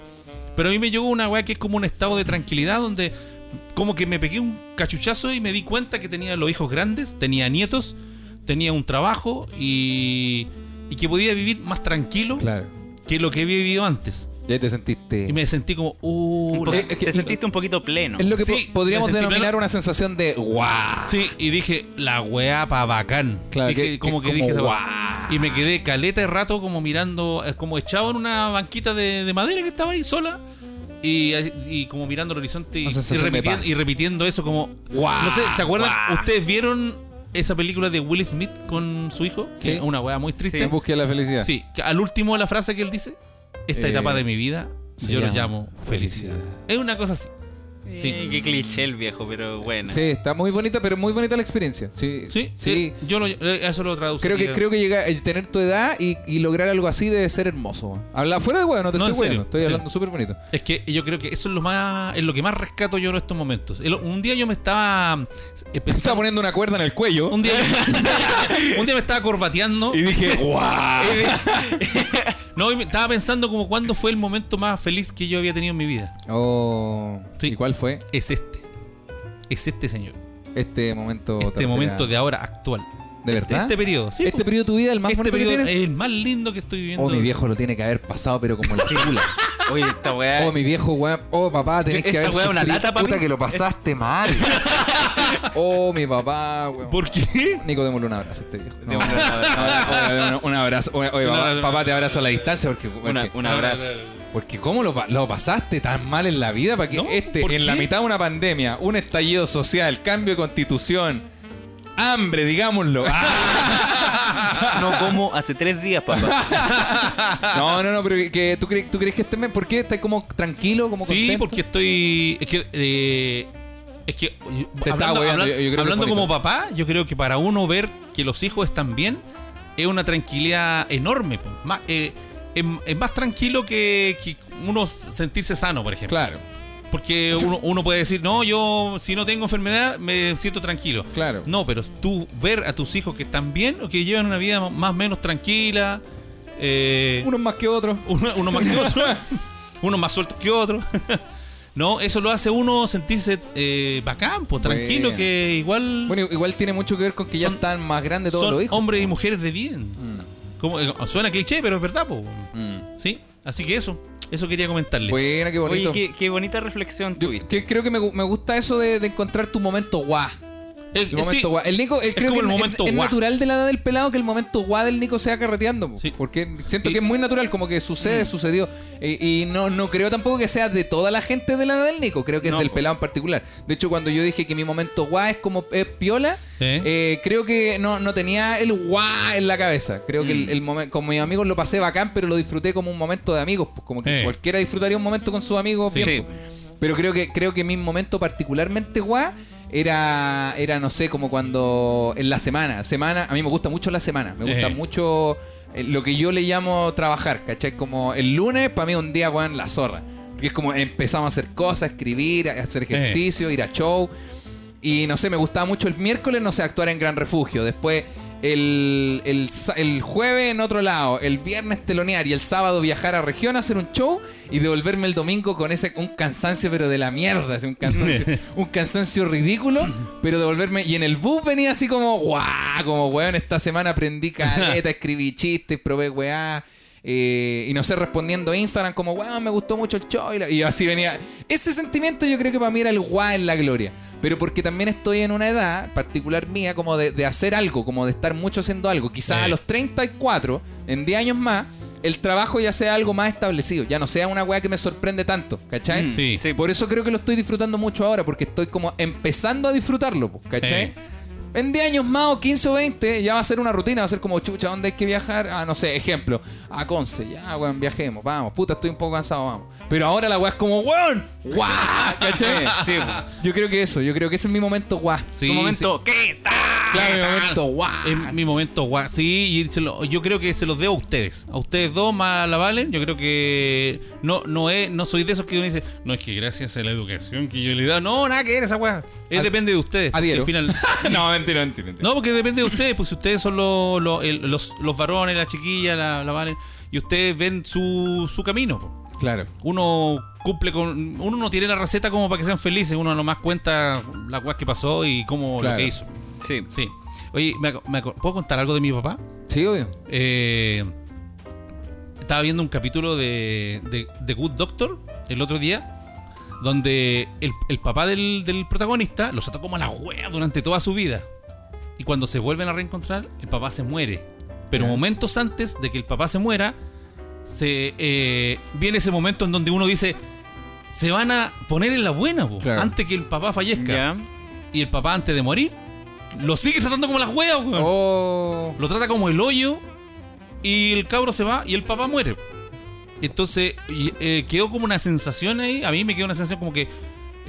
Pero a mí me llegó una weá que es como un estado de tranquilidad donde como que me pegué un cachuchazo y me di cuenta que tenía los hijos grandes, tenía nietos, tenía un trabajo y, y que podía vivir más tranquilo Claro. que lo que había vivido antes. Ya te sentiste. Y me sentí como, Un uh, poco- la- es que- te sentiste un poquito pleno. Es lo que Sí, po- podríamos me sentí denominar pleno. una sensación de ¡guau! Sí, y dije, la weá pa' bacán. Claro, Dije, que- como que que, como dije esa weá. guau. Y me quedé caleta de rato como mirando, eh, como echado en una banquita de, de madera que estaba ahí sola. Y, y como mirando el horizonte y, Una y sensación de repitiendo, paz. y repitiendo eso como... Guau, no sé, ¿se acuerdan? guau. ¿Ustedes vieron esa película de Will Smith con su hijo? Sí. Que es Una weá muy En triste. busca de la felicidad. Sí. que al último la frase que él dice, esta Eh, etapa de mi vida se yo lo llama llamo felicidad. felicidad. Es una cosa así. sí. Eh, qué cliché el viejo, pero bueno. Sí, está muy bonita, pero muy bonita la experiencia. Sí, Sí, sí. Yo lo, eh, eso lo traduzco. Creo que, creo que llegar, el tener tu edad y, y lograr algo así debe ser hermoso. weón. Habla fuera de huevo, no te No, en estoy serio, hueviendo, Estoy sí. hablando súper bonito. Es que yo creo que eso es lo más es lo que más rescato yo en estos momentos. El- un día yo me estaba eh, Estaba pensando- poniendo una cuerda en el cuello un día un día me estaba corbateando Y dije, ¡guau! no, y me estaba pensando como cuándo fue el momento más feliz que yo había tenido en mi vida. Oh, Sí. ¿Y cuál fue Es este. Es este señor. este momento? te Este refieres momento a- de ahora actual. Este, ¿De verdad? este periodo. Sí, Este po. periodo de tu vida, el más Este bonito que periodo tienes. es el más lindo que estoy viviendo. Oh, mi viejo lo tiene que haber pasado, pero como el culo. Oye, esta weá. Oh, mi viejo, weón. Oh, papá, tenés que Eh. Esta haber weá es una sufrido. lata, papi. Puta que lo pasaste mal. oh, mi papá, weón. ¿Por qué? Nico, démosle un abrazo a este viejo. No, Démosle un abrazo. no, un abrazo. Oye, oye, Un papá, abrazo. papá, te abrazo a la distancia porque, Una- porque, un abrazo. porque cómo lo, pa- lo pasaste tan mal en la vida para que No, este, en ¿por la qué? mitad de una pandemia, un estallido social, cambio de constitución, hambre, digámoslo. Ah, Ah, No como hace tres días, papá. No, no, no, pero que, que ¿tú, crees, tú crees que este mes, ¿por qué estás como tranquilo, como Sí, contento? porque estoy. Es que. eh, es que. Te está hablando hueveando, hablan- yo- yo creo que hablando es bonito. como papá, yo creo que para uno ver que los hijos están bien es una tranquilidad enorme. po. Más, eh, es, es más tranquilo que, que uno sentirse sano, por ejemplo. Claro, Porque uno, uno puede decir, no, yo si no tengo enfermedad me siento tranquilo. claro. No, pero tú ver a tus hijos que están bien o que llevan una vida más o menos tranquila. eh, Unos más que otros. uno, uno más que otro, uno más suelto que otro. No, eso lo hace uno sentirse eh, bacán, pues, tranquilo, Bueno. que igual Bueno, igual tiene mucho que ver con que ya Son- están más grandes todos son los hijos. pues. hombres y mujeres de bien. Mm, Como, eh, suena cliché, pero es verdad, pues. mm. Sí, así que eso, eso quería comentarles. Buena, qué bonito. Oye, qué, qué bonita reflexión Yo- tuviste. que creo que me, gu- me gusta eso de, de encontrar tu momento guá. Eh, El eh, momento sí, guá. El Nico, eh, creo como que el es- momento es, guá. natural de la edad del pelado que el momento guá del Nico sea carreteando. po. Sí. Porque siento Y- que es muy natural, como que sucede, sucedió. Eh, Y, y no, no creo tampoco que sea de toda la gente de la edad del Nico, creo que No, es del po. pelado en particular. De hecho, cuando yo dije que mi momento guá es como eh, piola, Sí. eh, creo que no, no tenía el guá en la cabeza. Creo que Mm. el, momento, con mis amigos lo pasé bacán, pero lo disfruté como un momento de amigos. pues, como que Eh. cualquiera disfrutaría un momento con sus amigos. Sí. bien, po. Pero creo que creo que mi momento particularmente guá era era no sé, como cuando en la semana, semana, a mí me gusta mucho la semana, me gusta Eh. mucho eh, lo que yo le llamo trabajar, ¿cachai? Como el lunes para mí es un día guan la zorra. Porque es como empezamos a hacer cosas, escribir, a- hacer ejercicio, ir a show. Y no sé, me gustaba mucho el miércoles, no sé, actuar en Gran Refugio. Después el, el sa- el jueves en otro lado, el viernes telonear y el sábado viajar a región a hacer un show y devolverme el domingo con ese un cansancio, pero de la mierda, así, un cansancio, un cansancio ridículo, pero devolverme. Y en el bus venía así como, guau, como weón, esta semana aprendí caleta, escribí chistes, probé weá. eh, y no sé, respondiendo a Instagram como, weón, me gustó mucho el show. Y, la- y yo así venía. Ese sentimiento yo creo que para mí era el guau en la gloria. Pero porque también estoy en una edad particular mía como de, de hacer algo, como de estar mucho haciendo algo. Quizás Sí. a los 34, en 10 años más, el trabajo ya sea algo más establecido. Ya no sea una weá que me sorprende tanto, ¿cachai? Mm, Sí. Por eso creo que lo estoy disfrutando mucho ahora, porque estoy como empezando a disfrutarlo, po, ¿cachai? Eh. En 10 años más o 15 o 20 ya va a ser una rutina, va a ser como chucha, ¿dónde hay que viajar? Ah, no sé, ejemplo, a Conce, ya, ah, weón, viajemos, vamos, puta, estoy un poco cansado, vamos. Pero ahora la weá es como, weón, guau, ¿cachai? Eh, Sí, sí. Yo creo que eso, yo creo que ese es mi momento guau. sí, sí. tu momento, ¿qué tal? Claro, mi momento guau. Ah, Es mi momento guau. Sí, y se lo- yo creo que se los debo a ustedes. A ustedes dos más la valen. Yo creo que no no es, no soy de esos que uno dice, no es que gracias a la educación que yo le he dado. No, nada que ver esa weá. Es Ad- depende de ustedes. porque adhiero. Al final. No, mentira, mentira, mentira. No, porque depende de ustedes, pues si ustedes son los, los, el- los, los varones, la chiquilla, la, la valen, y ustedes ven su, su camino. po. Claro. Uno cumple con. Uno no tiene la receta como para que sean felices. Uno nomás cuenta la weá que pasó y cómo Claro. lo que hizo. Sí. Sí. Oye, me aco- me aco- ¿puedo contar algo de mi papá? Sí, obvio. Eh, estaba viendo un capítulo de, de, de Good Doctor el otro día, donde el, el papá del, del protagonista lo trató como a la wea durante toda su vida. Y cuando se vuelven a reencontrar, el papá se muere. Pero Ya. momentos antes de que el papá se muera, se eh, viene ese momento en donde uno dice, se van a poner en la buena, po, Claro. antes que el papá fallezca. Ya. Y el papá antes de morir, lo sigue tratando como las weas, weón. Oh. Lo trata como el hoyo y el cabro se va y el papá muere. Entonces y, eh, quedó como una sensación ahí, a mí me quedó una sensación como que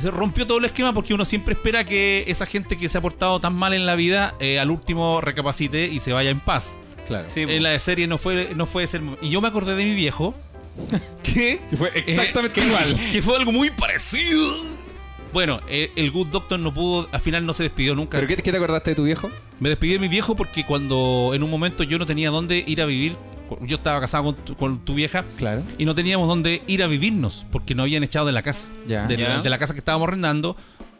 se rompió todo el esquema porque uno siempre espera que esa gente que se ha portado tan mal en la vida eh, al último recapacite y se vaya en paz. Claro. Sí, En la de serie no fue, no fue ese el mo- Y yo me acordé de mi viejo. ¿Qué? Que fue exactamente igual. Que fue algo muy parecido. Bueno, eh, el Good Doctor no pudo, al final no se despidió nunca. ¿Pero qué, qué te acordaste de tu viejo? Me despedí de mi viejo porque cuando en un momento yo no tenía dónde ir a vivir, cu- yo estaba casado con tu, con tu vieja Claro. y no teníamos dónde ir a vivirnos porque nos habían echado de la casa, Ya. de, La, Ya. de la casa que estábamos arrendando,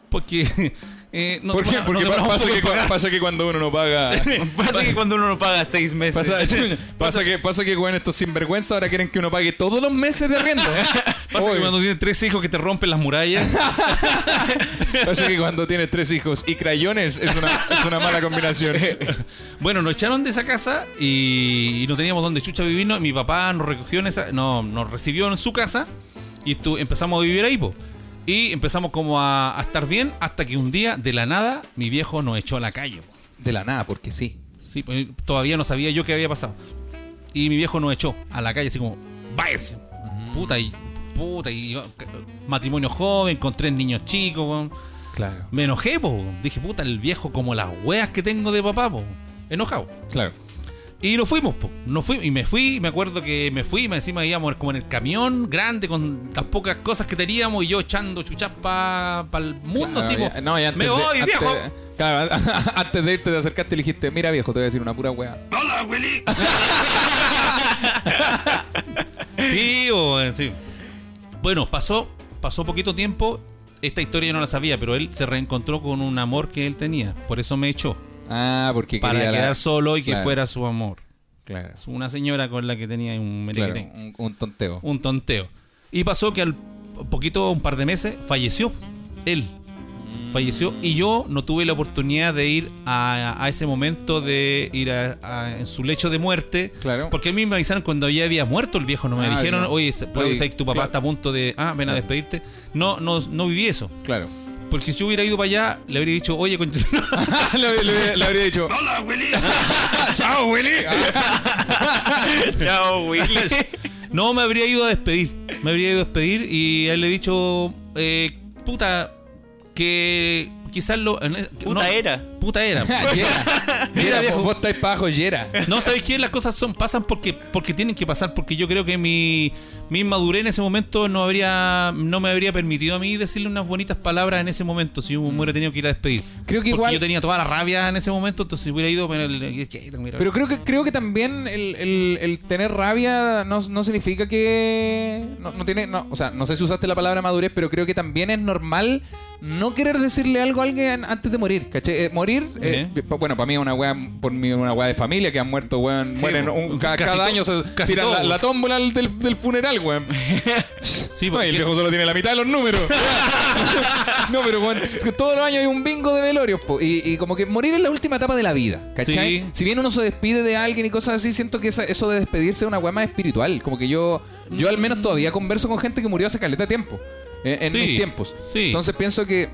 porque eh, no- ¿Por qué? no- Porque no pa- demoramos pasa, poco que, en pagar. pasa que cuando uno no paga. Pasa que cuando uno no paga seis meses. Pasa, Pasa que, pasa que bueno, estos sinvergüenza ahora quieren que uno pague todos los meses de arriendo. Pasa que Oye, cuando tienes tres hijos que te rompen las murallas. pasa que cuando tienes tres hijos y crayones es una, es una mala combinación. Bueno, nos echaron de esa casa y, y no teníamos dónde chucha vivirnos. Mi papá nos recogió en esa, no, nos recibió en su casa y estu- empezamos a vivir ahí, po. Y empezamos como a, a estar bien hasta que un día, de la nada, mi viejo nos echó a la calle, po. De la nada, porque sí. Sí, pues, todavía no sabía yo qué había pasado. Y mi viejo nos echó a la calle así como, váyase. Puta y puta y yo- matrimonio joven con tres niños chicos, weón. Claro. Me enojé, po. Dije, puta, el viejo como las weas que tengo de papá, po. Enojado. Claro. Y nos fuimos, po. Nos fuimos, y me fui, me acuerdo que me fui, me encima íbamos como en el camión grande con las pocas cosas que teníamos y yo echando chuchas para el mundo, Claro, así, po. ya- no, y antes me de- voy, antes viejo. de- claro, antes de irte te acercaste y le dijiste, mira viejo, te voy a decir una pura weá. Sí, o, eh, sí. Bueno, pasó, pasó poquito tiempo. Esta historia yo no la sabía, pero él se reencontró con un amor que él tenía. Por eso me echó. Ah, porque Para quería la- quedar solo y que Claro. fuera su amor. Claro. Una señora con la que tenía un Claro, merequetén. un, un tonteo. un tonteo. Y pasó que al poquito, un par de meses, falleció. Él Mm. falleció y yo no tuve la oportunidad de ir a, a ese momento de ir a, a- en su lecho de muerte. Claro. Porque a mí me avisaron cuando ya había muerto el viejo. No me Ah, dijeron, ya. oye, se- puede Oye, ser que tu papá claro. está a punto de. Ah, ven a Claro. despedirte. No, no, no viví eso. Claro. Porque si yo hubiera ido para allá, le habría dicho, oye, con... le, habría- le habría- le habría dicho, Ah, ¡Chao, Willy! Chao, Willy. No, me habría ido a despedir. Me habría ido a despedir y a él le he dicho, eh, puta, que quizás lo... en- Puta era. Puta era. Yera, Yera, viejo. vos, vos estáis para abajo, Yera. No, ¿sabéis qué? Las cosas son pasan porque porque tienen que pasar, porque yo creo que mi, mi inmadurez en ese momento no habría no me habría permitido a mí decirle unas bonitas palabras en ese momento si yo me hubiera tenido que ir a despedir. Creo Porque que igual- yo tenía toda la rabia en ese momento, entonces hubiera ido pero el- que- mira. Pero creo que creo que también el, el- el tener rabia no, no significa que no, no tiene, no, o sea, no sé si usaste la palabra madurez, pero creo que también es normal no querer decirle algo a alguien antes de morir, ¿caché? Eh, morir, eh, Ujú. pa- bueno, para mí es una weá, por mí es una weá de familia que han muerto, weón, mueren un- ca- casi cada, todo- año se casi tiran la, todo. la tómbola del, del funeral, weón. sí, No, y porque- el viejo solo tiene la mitad de los números. no, pero bueno, todos los años hay un bingo de velorios. po, y, y como que morir es la última etapa de la vida. ¿Cachai? Sí. Si bien uno se despide de alguien y cosas así, siento que esa- eso de despedirse es una weá más espiritual. Como que yo, yo al menos todavía converso con gente que murió hace caleta de tiempo. En, en Sí, mis tiempos. sí. Entonces pienso que.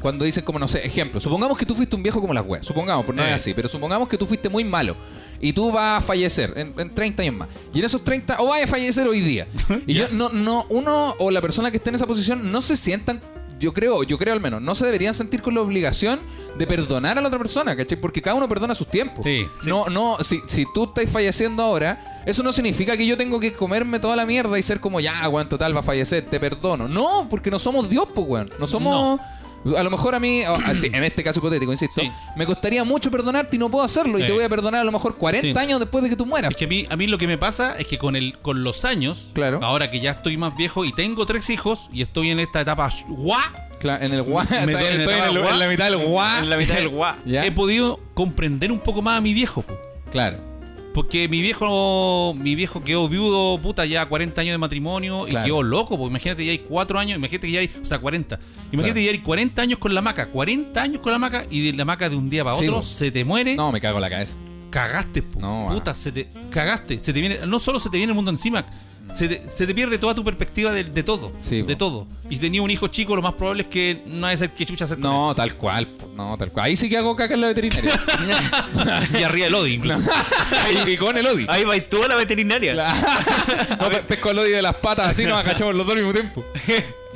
Cuando dicen como, no sé, ejemplo, supongamos que tú fuiste un viejo como las weas, supongamos, pues no es Eh. así, pero supongamos que tú fuiste muy malo y tú vas a fallecer en, en 30 años más. Y en esos 30, o vas a fallecer hoy día. Y yo, no, no, uno o la persona que esté en esa posición no se sientan, yo creo, yo creo al menos, no se deberían sentir con la obligación de perdonar a la otra persona, ¿cachai? Porque cada uno perdona sus tiempos. Sí, sí. No, no, si, si tú estás falleciendo ahora, eso no significa que yo tengo que comerme toda la mierda y ser como, ya, weón, total, va a fallecer, te perdono. No, porque no somos Dios, pues, weón. No somos... No. A lo mejor a mí, o- ah, sí, en este caso hipotético, insisto, Sí. me costaría mucho perdonarte y no puedo hacerlo. Y Sí. te voy a perdonar a lo mejor 40 Sí. años después de que tú mueras. Es que a mí, a mí lo que me pasa es que con el con los años, Claro. ahora que ya estoy más viejo y tengo tres hijos y estoy en esta etapa guá, Cla- en el gua- Me estoy- duele en el estoy en el- ¿ah? gua. en la mitad del Ah. gua. En la mitad del guá. Ya. he podido comprender un poco más a mi viejo. po. Claro. Porque mi viejo mi viejo quedó viudo, puta, ya 40 años de matrimonio Claro. y quedó loco. Porque imagínate, ya hay 4 años, imagínate que ya hay, o sea, 40. Imagínate que ya hay 40 años con la maca, 40 años con la maca y de la maca de un día para Sí, otro po. se te muere. No, me cago en la cabeza. cagaste, po. No, puta, se te cagaste, se te viene, no solo se te viene el mundo encima, se te, se te pierde toda tu perspectiva de, de todo, Sí, po. de todo. Y si tenías un hijo chico, lo más probable es que no hay ser que chucha hacer con No, tal cual. po. No, tal cual. Ahí sí que hago caca en la veterinaria. él. y arriba el odio incluso. y, y con el Odi. Ahí vais tú a la veterinaria. No, pe- pesco el Odi de las patas, así nos agachamos los dos al mismo tiempo.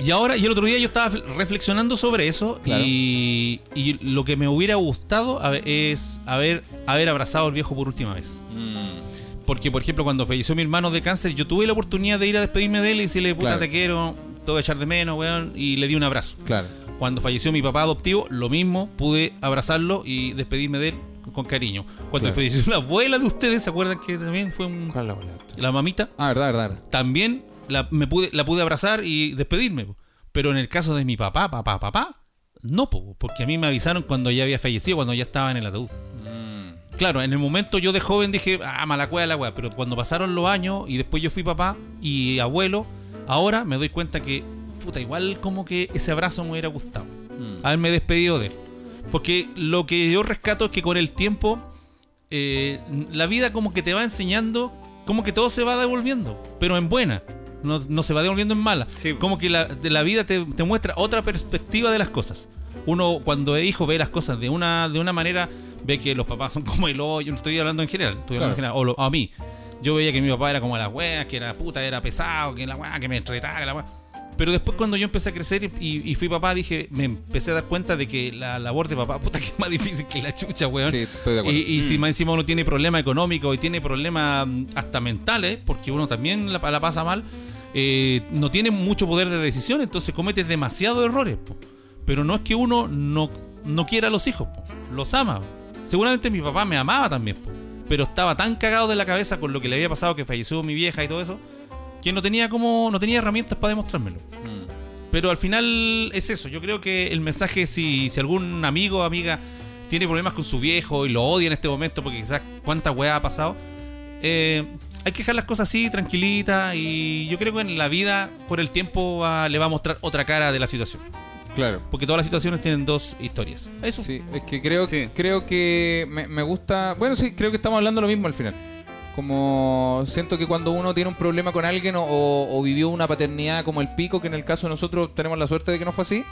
Y ahora, y el otro día yo estaba fl- reflexionando sobre eso Claro. y, y lo que me hubiera gustado a ver, es haber, haber abrazado al viejo por última vez. Mm. Porque, por ejemplo, cuando falleció mi hermano de cáncer, yo tuve la oportunidad de ir a despedirme de él y decirle, puta, Claro. te quiero, te voy a echar de menos, weón, y le di un abrazo. Claro. Cuando falleció mi papá adoptivo, lo mismo, pude abrazarlo y despedirme de él con cariño. Cuando Claro. falleció la abuela de ustedes, ¿se acuerdan que también fue un... ¿Cuál la La mamita, Ah, verdad, verdad. verdad. también la, me pude, la pude abrazar y despedirme. po. Pero en el caso de mi papá, papá, papá, no, po, porque a mí me avisaron cuando ya había fallecido, cuando ya estaba en el ataúd. Claro, en el momento yo de joven dije, ah, mala cueva la weá, pero cuando pasaron los años y después yo fui papá y abuelo, ahora me doy cuenta que, puta, igual como que ese abrazo me hubiera gustado. Haberme despedido de él. Porque lo que yo rescato es que con el tiempo, eh, la vida como que te va enseñando, como que todo se va devolviendo, pero en buena. No, no se va devolviendo en mala. Sí. Como que la, de la vida te, te muestra otra perspectiva de las cosas. Uno cuando es hijo ve las cosas de una, de una manera, ve que los papás son como el hoyo, no estoy hablando en general, estoy hablando en general, o lo- a mí. Yo veía que mi papá era como la wea, que era puta, era pesado, que la wea, que me tretaba, que la wea. Pero después cuando yo empecé a crecer y, y fui papá, dije, me empecé a dar cuenta de que la labor de papá, puta, que es más difícil que la chucha, weón. Sí, estoy de acuerdo. Mm. Y, y si más encima uno tiene problemas económicos y tiene problemas mm, hasta mentales, porque uno también la, la pasa mal, eh, no tiene mucho poder de decisión, entonces comete demasiados errores. po. Pero no es que uno no, no quiera a los hijos, po. los ama. Seguramente mi papá me amaba también, po. pero estaba tan cagado de la cabeza con lo que le había pasado, que falleció mi vieja y todo eso, que no tenía como no tenía herramientas para demostrármelo. Pero al final es eso. Yo creo que el mensaje, si, si algún amigo o amiga tiene problemas con su viejo y lo odia en este momento porque quizás cuánta weá ha pasado, eh, hay que dejar las cosas así, tranquilitas. Y yo creo que en la vida, por el tiempo, va- le va a mostrar otra cara de la situación. Claro. Porque todas las situaciones tienen dos historias. Eso. Sí, es que creo, Sí. creo que me, me gusta. Bueno, sí, creo que estamos hablando lo mismo al final. Como siento que cuando uno tiene un problema con alguien o, o- o vivió una paternidad como el pico, que en el caso de nosotros tenemos la suerte de que no fue así,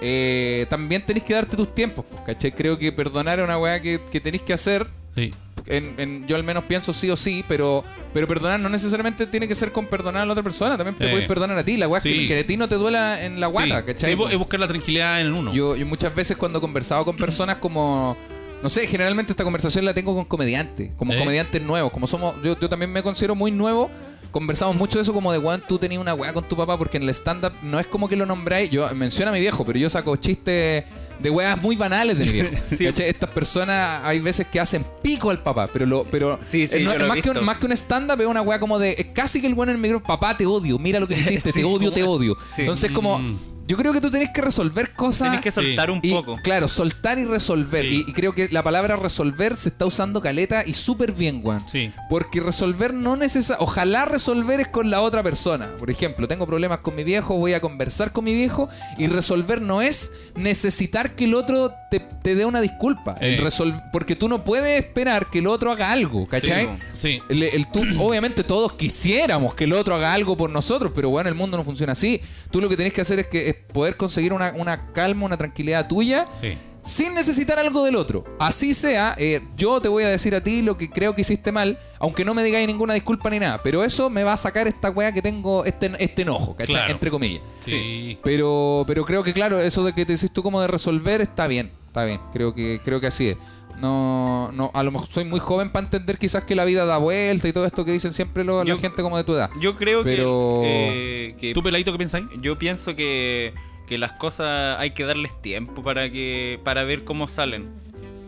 eh, también tenés que darte tus tiempos, po, ¿cachai? Creo que perdonar es una weá que, que tenés que hacer. Sí. En, en- yo al menos pienso sí o sí, pero, pero perdonar no necesariamente tiene que ser con perdonar a la otra persona, también te Eh. puedes perdonar a ti, la weá es que, Sí. que de ti no te duela en la guata, Sí. eh, ¿cachai? Sí, es buscar la tranquilidad en el uno. Yo, yo muchas veces cuando he conversado con personas como... No sé, generalmente esta conversación la tengo con comediantes, como ¿Eh? comediantes nuevos, como somos... Yo, yo también me considero muy nuevo. Conversamos mucho de eso como de, weón, tú tenías una weá con tu papá porque en el stand-up no es como que lo nombráis, yo menciono a mi viejo, pero yo saco chistes de weas muy banales de mi viejo. Sí. ¿Cachai? Estas personas hay veces que hacen pico al papá, pero lo... Pero Sí, sí, eh, no- yo lo he más, que un, visto. más que un stand-up es una weá como de, es casi que el weón en el micrófono, papá, te odio, mira lo que hiciste, te odio, te odio. Sí. Entonces como... Mm. Yo creo que tú tenés que resolver cosas Tienes que soltar un y, poco. Claro, soltar y resolver. Sí. Y, y creo que la palabra resolver se está usando caleta y súper bien, Juan. Sí. Porque resolver no necesita. Ojalá resolver es con la otra persona. Por ejemplo, tengo problemas con mi viejo, voy a conversar con mi viejo. Y resolver no es necesitar que el otro te, te dé una disculpa. El Eh. resol- porque tú no puedes esperar que el otro haga algo, ¿cachai? po. Sí. El, el tú- obviamente todos quisiéramos que el otro haga algo por nosotros, pero bueno, el mundo no funciona así. Tú lo que tenés que hacer es que es poder conseguir una, una calma, una tranquilidad tuya, Sí. sin necesitar algo del otro. Así sea, eh, yo te voy a decir a ti lo que creo que hiciste mal, aunque no me digáis ninguna disculpa ni nada, pero eso me va a sacar esta weá que tengo, este, este enojo, ¿cachai? Claro. Entre comillas. Sí. Pero, pero creo que claro, eso de que te decís tú como de resolver está bien, está bien. Creo que, creo que así es. No, no, a lo mejor soy muy joven para entender quizás que la vida da vuelta y todo esto que dicen siempre lo- la Yo- gente como de tu edad. Yo creo Pero- que, eh, que ¿Tú, peladito, qué pensáis? yo pienso que que las cosas hay que darles tiempo para que para ver cómo salen.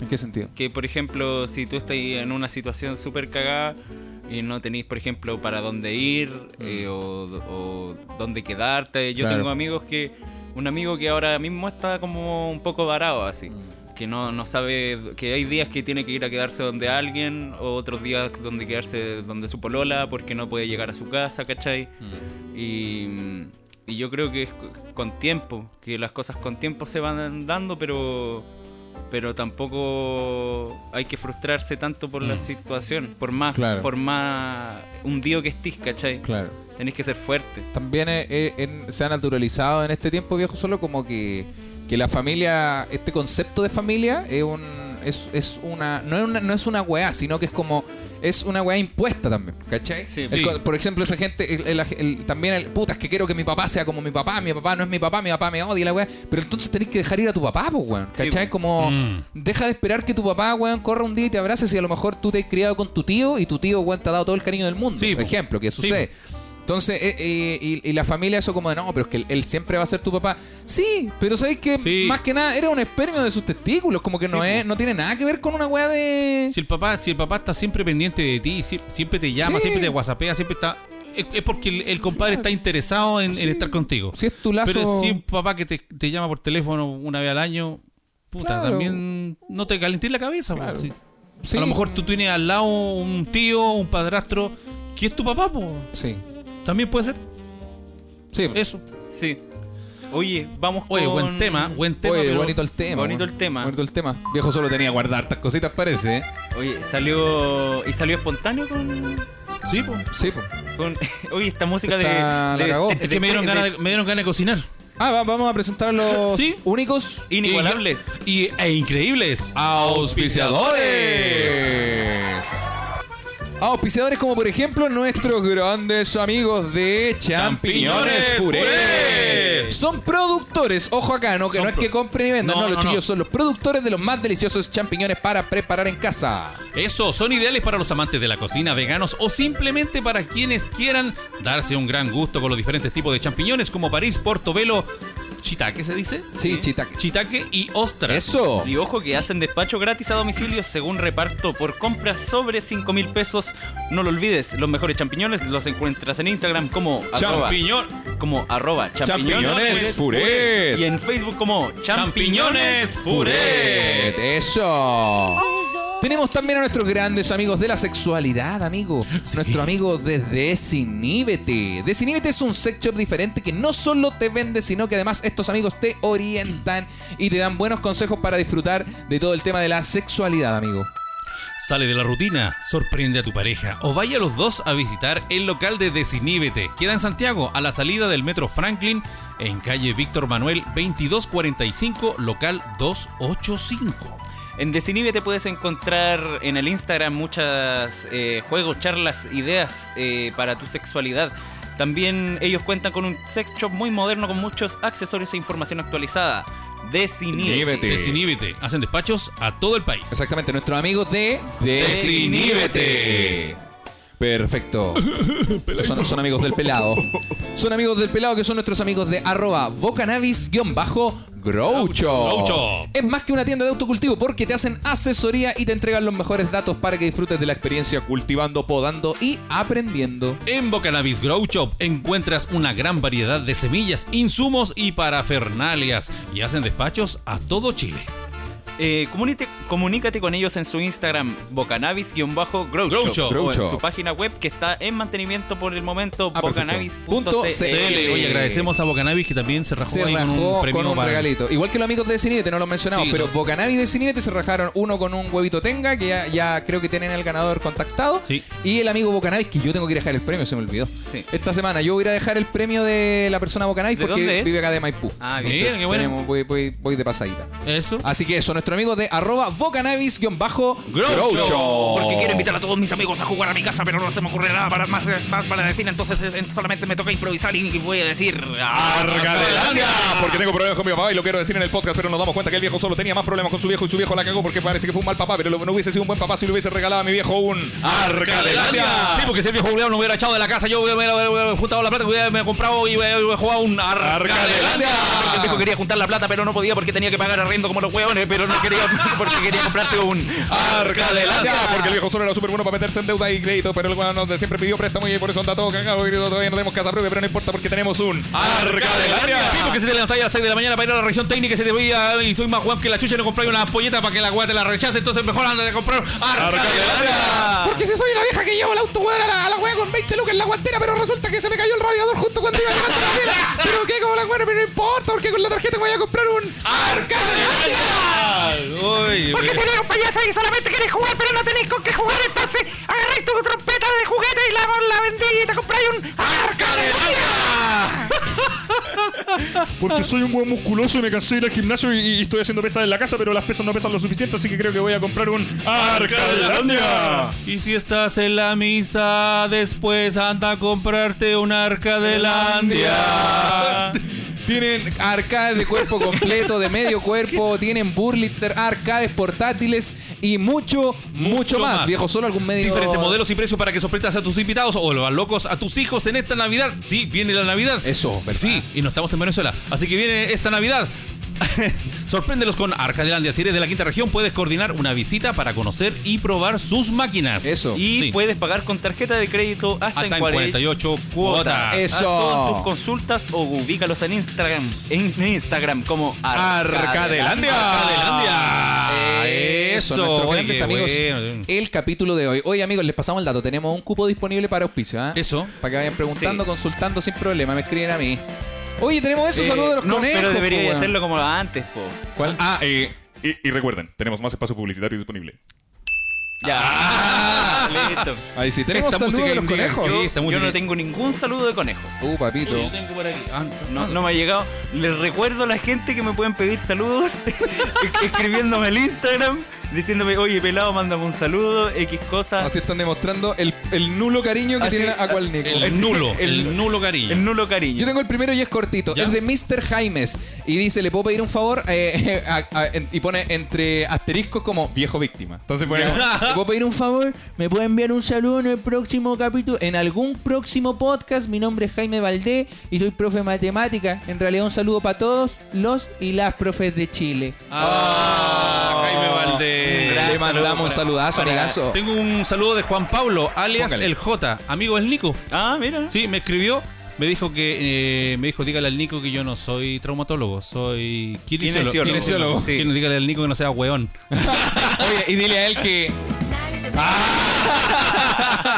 ¿En qué sentido? Que por ejemplo, si tú estás en una situación súper cagada y no tenéis, por ejemplo, para dónde ir eh, o, o dónde quedarte. Yo Claro. tengo amigos que. Un amigo que ahora mismo está como un poco varado así. Que no, no sabe. Que hay días que tiene que ir a quedarse donde alguien, o otros días donde quedarse donde su polola, porque no puede llegar a su casa, ¿cachai? Y. Y yo creo que es co- con tiempo, que las cosas con tiempo se van dando, pero pero tampoco hay que frustrarse tanto por Mm. la situación, por más, Claro. por más hundido que estés, ¿cachai? Claro. Tenés que ser fuerte. También eh, eh, en- se ha naturalizado en este tiempo viejo solo como que, que la familia, este concepto de familia es un es, es una, no es una no es una weá, sino que es como es una weá impuesta también, ¿cachai? Sí. El Sí. co- por ejemplo, esa gente el- el- el- también el puta, es que quiero que mi papá sea como mi papá, mi papá no es mi papá, mi papá me odia la weá, pero entonces tenés que dejar ir a tu papá, pues weón, Sí, ¿cachai? po. como Mm. deja de esperar que tu papá, weón, corra un día y te abrace si a lo mejor tú te has criado con tu tío y tu tío, weón, te ha dado todo el cariño del mundo. Sí, po. ejemplo, que Sí, sucede. Entonces, eh, eh, y, y la familia, eso como de no, pero es que él, él siempre va a ser tu papá. Sí, pero sabéis que Sí. más que nada era un espermio de sus testículos, como que no es, no tiene nada que ver con una weá de. Si el papá, si el papá está siempre pendiente de ti, si- siempre te llama, Sí. siempre te whatsappea, siempre está. Es, es porque el, el compadre está interesado en, en Sí. estar contigo. Si es tu lazo. Pero si un papá que te, te llama por teléfono una vez al año, puta, Claro. también no te calentís la cabeza. po, Claro. sí. Sí. A lo mejor tú tienes al lado un tío, un padrastro, que es tu papá, po. Sí. También puede ser Sí. eso. Sí. Oye, vamos Oye, con... buen tema, buen tema. Oye, pero- bonito el tema. bonito weón. el tema. Bonito el tema. Viejo solo tenía que guardar estas cositas, parece, ¿eh? Oye, salió... ¿Y salió espontáneo con...? Sí, po. Sí, pues. con... Oye, esta música de... Esta la de- cagó. de- Es que me dieron de- ganas de, me dieron ganas de cocinar. Ah, va- vamos a presentar los Sí. únicos. Inigualables. Y, e increíbles. Eh, auspiciadores. Auspiciadores como por ejemplo nuestros grandes amigos de Champiñones Champiñones Puré. Puré. Son productores, ojo acá, no que no es que compren y vendan, no, No, los no, no. chillos son los productores de los más deliciosos champiñones para preparar en casa. Eso, son ideales para los amantes de la cocina, veganos o simplemente para quienes quieran darse un gran gusto con los diferentes tipos de champiñones como París, Portobelo, Chitaque se dice, Sí, chita. Chitaque y ostras. Eso. Y ojo que hacen despacho gratis a domicilio según reparto por compras sobre 5 mil pesos. No lo olvides, los mejores champiñones los encuentras en Instagram como arroba- Champiñón. como arroba Champiñones Furet. Y en Facebook como Champiñones Furet. Eso. Tenemos también a nuestros grandes amigos de la sexualidad, amigo. Nuestro amigo de Desiníbete. Desiníbete es un sex shop diferente que no solo te vende, sino que además estos amigos te orientan y te dan buenos consejos para disfrutar de todo el tema de la sexualidad, amigo. Sale de la rutina, sorprende a tu pareja o vaya los dos a visitar el local de Desiníbete. Queda en Santiago, a la salida del Metro Franklin, en calle Víctor Manuel 2245, local 285. En Desinhibe te puedes encontrar en el Instagram muchas eh, juegos, charlas, ideas eh, para tu sexualidad. También ellos cuentan con un sex shop muy moderno con muchos accesorios e información actualizada. Desinhíbete. Inhíbete. Desiníbete, hacen despachos a todo el país. Exactamente, nuestros amigos de Desiníbete. Perfecto. son, son amigos del pelado. Son amigos del pelado que son nuestros amigos de arroba bocanabis-groucho. Groucho. Es más que una tienda de autocultivo porque te hacen asesoría y te entregan los mejores datos para que disfrutes de la experiencia cultivando, podando y aprendiendo. En Bocanabis Grow Shop encuentras una gran variedad de semillas, insumos y parafernalias y hacen despachos a todo Chile. Eh, comunite- comunícate con ellos en su Instagram, bocanabis-groucho. Groucho. O en Groucho. su página web que está en mantenimiento por el momento, Ah, perfecto. Punto CL. bocanabis.cl. Oye, agradecemos a Bocanabis que también se rajó Se ahí con rajó un con un, premio para- regalito. Igual que los amigos de Desinibete, no los mencionamos, Sí, pero no. Bocanabis y Desinibete se rajaron uno con un huevito tenga, que ya, ya creo que tienen al ganador contactado. Sí. Y el amigo Bocanabis, que yo tengo que ir a dejar el premio, se me olvidó. Sí. Esta semana yo voy a ir a dejar el premio de la persona Bocanabis ¿De dónde porque es? vive acá de Maipú. Ah, bien. Mira, qué bueno. Tenemos- voy, voy- voy de pasadita. Eso. Así que eso, nuestros nuestro amigo de arroba vocanavis-bajo. Groucho. Porque quiero invitar a todos mis amigos a jugar a mi casa, pero no se me ocurre nada para, más, más para decir, entonces eh, solamente me toca improvisar y, y voy a decir... "Ah, Argadelandia, porque tengo problemas con mi papá y lo quiero decir en el podcast, pero nos damos cuenta que el viejo solo tenía más problemas con su viejo y su viejo la cagó porque parece que fue un mal papá, pero lo- no hubiese sido un buen papá si le hubiese regalado a mi viejo un Argadelandia. Sí, porque si el viejo Julián no me hubiera echado de la casa, yo me hubiera, hubiera juntado la plata que hubiera- me hubiera comprado y hubiera hubiera jugado un Argadelandia. El viejo quería juntar la plata, pero no podía porque tenía que pagar arriendo como los huevones, pero no quería porque quería comprarse un... Arcadelandia, porque el viejo solo era súper bueno para meterse en deuda y crédito, pero el bueno de siempre pidió préstamo y por eso anda todo cagado. y Todavía no tenemos casa propia, pero no importa porque tenemos un Arcadelandia. Sí, porque si te levantáis a las 6 de la mañana para ir a la revisión técnica y se te veía y soy más guapo que la chucha y no compráis una ampolleta para que la weá te la rechace, entonces mejor anda de comprar Arcadelandia. Arcadelandia. Porque si soy la vieja que llevo el auto weón, a la, a la weá con 20 lucas en la guantera, pero resulta que se me cayó el radiador justo cuando iba llegando a la fila. Pero qué, como la weá, pero no importa, porque con la tarjeta voy a comprar un Arcadelandia. Uy, Porque uy. si eres un payaso y solamente quieres jugar, pero no tenéis con qué jugar, entonces agarráis tu trompeta de juguete y la, la vendí y te compráis un Porque soy un buen musculoso y me cansé de ir al gimnasio y, y estoy haciendo pesas en la casa, pero las pesas no pesan lo suficiente, así que creo que voy a comprar un Arcadelandia. Y si estás en la misa, después anda a comprarte un Arcadelandia. Tienen arcades de cuerpo completo, de medio cuerpo, tienen burlitzer, arcades portátiles y mucho, mucho, más. más. Viejo, solo algún medio. Diferentes modelos y precios para que sorprendas a tus invitados o los locos a tus hijos en esta Navidad. Sí, viene la Navidad. Pues Eso, ¿verdad? Sí, y no estamos en Venezuela. Así que viene esta Navidad. Sorpréndelos con Arcadelandia. Si eres de la quinta región, puedes coordinar una visita para conocer y probar sus máquinas. Eso. Y Sí. puedes pagar con tarjeta de crédito hasta, Hasta en en 48 48 cuotas. Es- Haz Eso. todas tus consultas o ubícalos en Instagram. En Instagram como Arcadelandia. Ah, Arcadelandia. Ah, Eso, Ah, Eso, nuestros oye, grandes qué amigos. bueno. El capítulo de hoy. Oye, amigos, les pasamos el dato. Tenemos un cupo disponible para auspicio. ¿ah? Eso. Para que vayan preguntando, Sí. consultando sin problema. Me escriben a mí. Oye, tenemos eso. Eh, Saludos de los no, conejos. pero po, debería weón. hacerlo como antes, po. ¿Cuál? Ah, eh, y, y recuerden, tenemos más espacio publicitario disponible. Ya. Ah. Listo. Ahí sí, tenemos Esta saludos música de los indica- conejos. Sí, Yo, está yo muy bien. no tengo ningún saludo de conejos. Uh, papito. Ah, No, no me ha llegado. Les recuerdo a la gente que me pueden pedir saludos es- escribiéndome al Instagram, diciéndome, oye, pelado, mándame un saludo, X cosa. Así están demostrando el, el nulo cariño que Así- tienen a cual Nico. El, nulo, el, el- nulo cariño. El nulo cariño. Yo tengo el primero y es cortito. Ya. Es de Mr. Jaimes. Y dice, ¿le puedo pedir un favor? Eh, a- a- en- y pone entre asteriscos como Viejo víctima. Entonces ponemos. ¿Te puedo pedir un favor? ¿Me puede enviar un saludo en el próximo capítulo? En algún próximo podcast. Mi nombre es Jaime Valdé y soy profe de matemática. En realidad, un saludo para todos los y las profes de Chile. Ah, Jaime Valdés. Gran Le saludo mandamos un para- saludazo, para- amigazo. Tengo un saludo de Juan Pablo, alias Póngale. el J, amigo del Nico. Ah, mira. Sí, me escribió, me dijo que eh, me dijo dígale al Nico que yo no soy traumatólogo, soy kinesiólogo. Kinesiólogo. Kinesiólogo. Sí. Que no- Dígale al Nico que no sea weón. Oye, y dile a él que. Ah.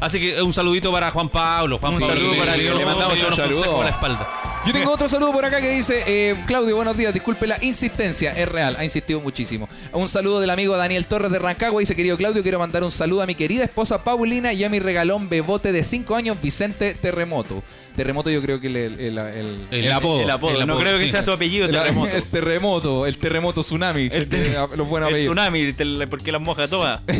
Así que eh, un saludito para Juan Pablo. Juan Un Pablo, saludo que para le- el- le- le mandamos le dio un unos saludo. consejos a la espalda. Yo tengo otro saludo por acá que dice: eh, Claudio, buenos días. Disculpe la insistencia, es real, ha insistido muchísimo. Un saludo del amigo Daniel Torres de Rancagua. Dice: Querido Claudio, quiero mandar un saludo a mi querida esposa Paulina y a mi regalón bebote de 5 años, Vicente Terremoto. Terremoto, yo creo que el- el- el- el, El apodo. El apodo. no creo que sí. sea su apellido, La- terremoto. El terremoto, el terremoto tsunami. El te- eh, los buenos El apellidos. tsunami, te la- porque las moja todas.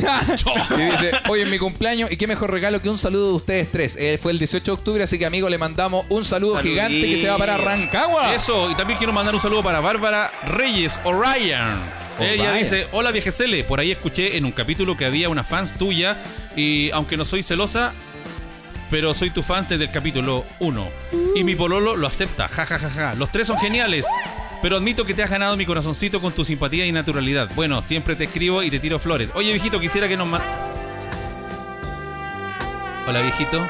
Y dice, hoy es mi cumpleaños y qué mejor regalo que un saludo de ustedes tres. Eh, fue el 18 de octubre, así que amigo, le mandamos un saludo Saludín. gigante que se va para Rancagua. Eso, y también quiero mandar un saludo para Bárbara Reyes O'Ryan. Ella O'Ryan. dice, hola viejecele, por ahí escuché en un capítulo que había una fans tuya y aunque no soy celosa, pero soy tu fan desde el capítulo 1. Y mi pololo lo acepta, ja, ja, ja, ja. Los tres son geniales, pero admito que te has ganado mi corazoncito con tu simpatía y naturalidad. Bueno, siempre te escribo y te tiro flores. Oye viejito, quisiera que nos... ma- Hola viejito,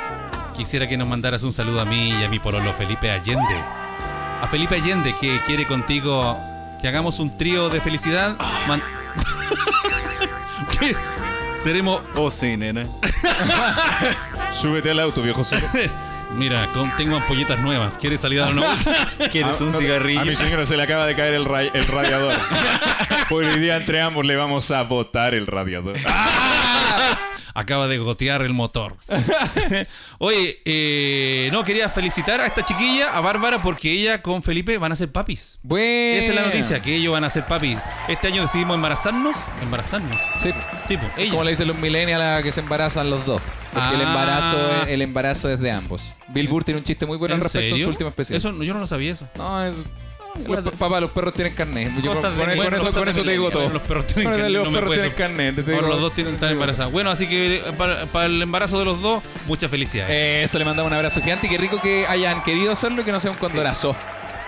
quisiera que nos mandaras un saludo a mí y a mi pololo Felipe Allende. A Felipe Allende que quiere contigo que hagamos un trío de felicidad. Man- ¿Qué? Seremos... Oh, sí, nena. Súbete al auto, viejo solo. Mira, con- tengo ampolletas nuevas. ¿Quieres salir a dar una vuelta? ¿Quieres Ah, un no, cigarrillo? A mi señora se le acaba de caer el, ra- el radiador. Ah, Por hoy día entre ambos le vamos a botar el radiador. Ah, acaba de gotear el motor. Oye, eh, no, quería felicitar a esta chiquilla, a Bárbara, porque ella con Felipe van a ser papis. Bueno. Esa es la noticia, que ellos van a ser papis. Este año decidimos embarazarnos. Embarazarnos. Sí. Sí, pues, ella. Como le dicen los millennials a que se embarazan los dos. Porque el, Ah. embarazo es, el embarazo es de ambos. Bill Burr tiene un chiste muy bueno al ¿En respecto en serio? su última especie. Eso, no- yo no lo sabía eso. No, es. weá, los- papá, los perros tienen carnet. Yo con, Cosas de con- con Bueno, eso, cosas con de eso te digo millennial. todo. Los perros tienen, Bueno, carnet, los no me perros puedo tienen carnet, te digo- Ahora los dos tienen estar embarazados. Bueno, así que eh, para, para el embarazo de los dos, muchas felicidades. Eh, Eso, le mandamos un abrazo gigante y qué rico que hayan querido hacerlo y que no sea un condorazo.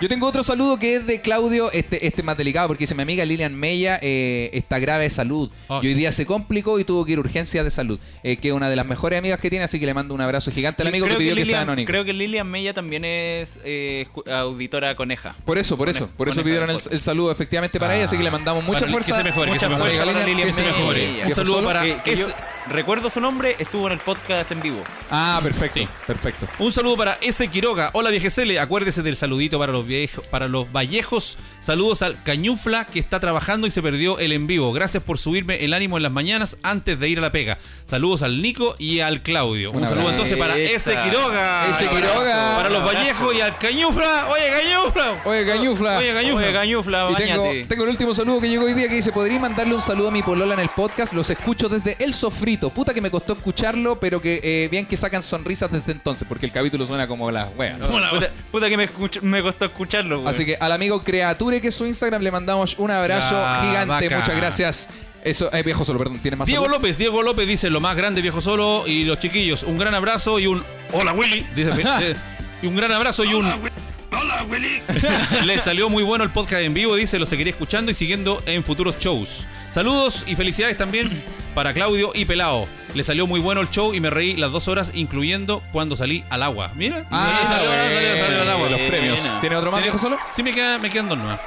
Yo tengo otro saludo que es de Claudio, este, este es más delicado, porque dice mi amiga Lilian Mella eh, está grave de salud. Ah. Y hoy día se complicó y tuvo que ir a urgencias de salud, eh, que es una de las mejores amigas que tiene, así que le mando un abrazo gigante al amigo que Creo pidió que, sea Lilian- anónimo. Creo que Lilian Mella también es eh, escu- auditora coneja. Por eso, por eso, por eso Coneja pidieron el, del el saludo efectivamente para ella, así que le mandamos mucha Para- fuerza. Que se mejore, que mucha se fuerza mejore. a Lilian, Lilian que se Mella. mejore. Un saludo Solo- para... Que- que es- yo recuerdo su nombre, estuvo en el podcast en vivo. Ah, perfecto, perfecto. Un saludo para S. Quiroga. Hola viejecele, acuérdese del saludito para los viejos, para los vallejos. Saludos al Cañufla que está trabajando y se perdió el en vivo. Gracias por subirme el ánimo en las mañanas antes de ir a la pega. Saludos al Nico y al Claudio. Un, Un saludo abrazo. entonces para S. Esa. Quiroga. S. Para- Quiroga. Para los Un abrazo. vallejos y al Cañufla. Oye, Cañufla. Oye, Cañufla. Oye, Cañufla. Oye, Cañufla, Y tengo, Ah, bañate. tengo el último saludo que llegó hoy día que dice, ¿podría mandarle un saludo a mi polola en el podcast? Los escucho desde El Sofrito. Puta que me costó escucharlo, pero que eh, bien que sacan sonrisas desde entonces, porque el capítulo suena como las weas. ¿no? Puta, puta que me, escuch- me costó escucharlo, güey. Así que al amigo Creature, que es su Instagram, le mandamos un abrazo Ah, gigante. bacán. Muchas gracias. Eso, eh, viejo solo, perdón, tiene más Diego saludos? López, Diego López dice lo más grande viejo solo y los chiquillos, un gran abrazo y un Hola, Willy. Dice, eh, y un gran abrazo y un. Hola, Willy. Le salió muy bueno el podcast en vivo, dice, lo seguiré escuchando y siguiendo en futuros shows. Saludos y felicidades también para Claudio y Pelao. Le salió muy bueno el show y me reí las dos horas, incluyendo cuando salí al agua. Mira, Ah, le salió, bueno. salió, salió al agua. Los Buena. premios. ¿Tiene otro más, viejo solo? Sí, me, queda- me quedan dos nuevas.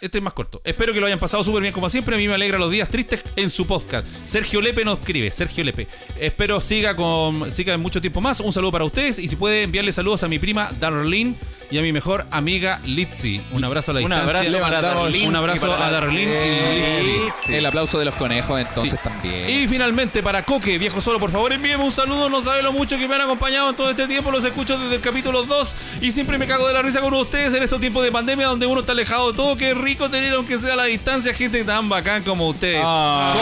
Este es más corto. Espero que lo hayan pasado súper bien como siempre. A mí me alegra los días tristes en su podcast. Sergio Lepe nos escribe. Sergio Lepe. Espero siga con siga mucho tiempo más. Un saludo para ustedes y si puede enviarle saludos a mi prima Darlene y a mi mejor amiga Litzy. Un abrazo a la Un distancia. abrazo le para mandamos Darlene un y abrazo para a Darlene y Eh, Litzy. Sí. El aplauso de los conejos Sí. entonces también. Y finalmente para Coque, viejo solo, por favor envíeme un saludo, no sabe lo mucho que me han acompañado en todo este tiempo, los escucho desde el capítulo 2 y siempre me cago de la risa con ustedes en estos tiempos de pandemia donde uno está alejado de todo, qué rico tener aunque sea a la distancia gente tan bacán como ustedes. Ah.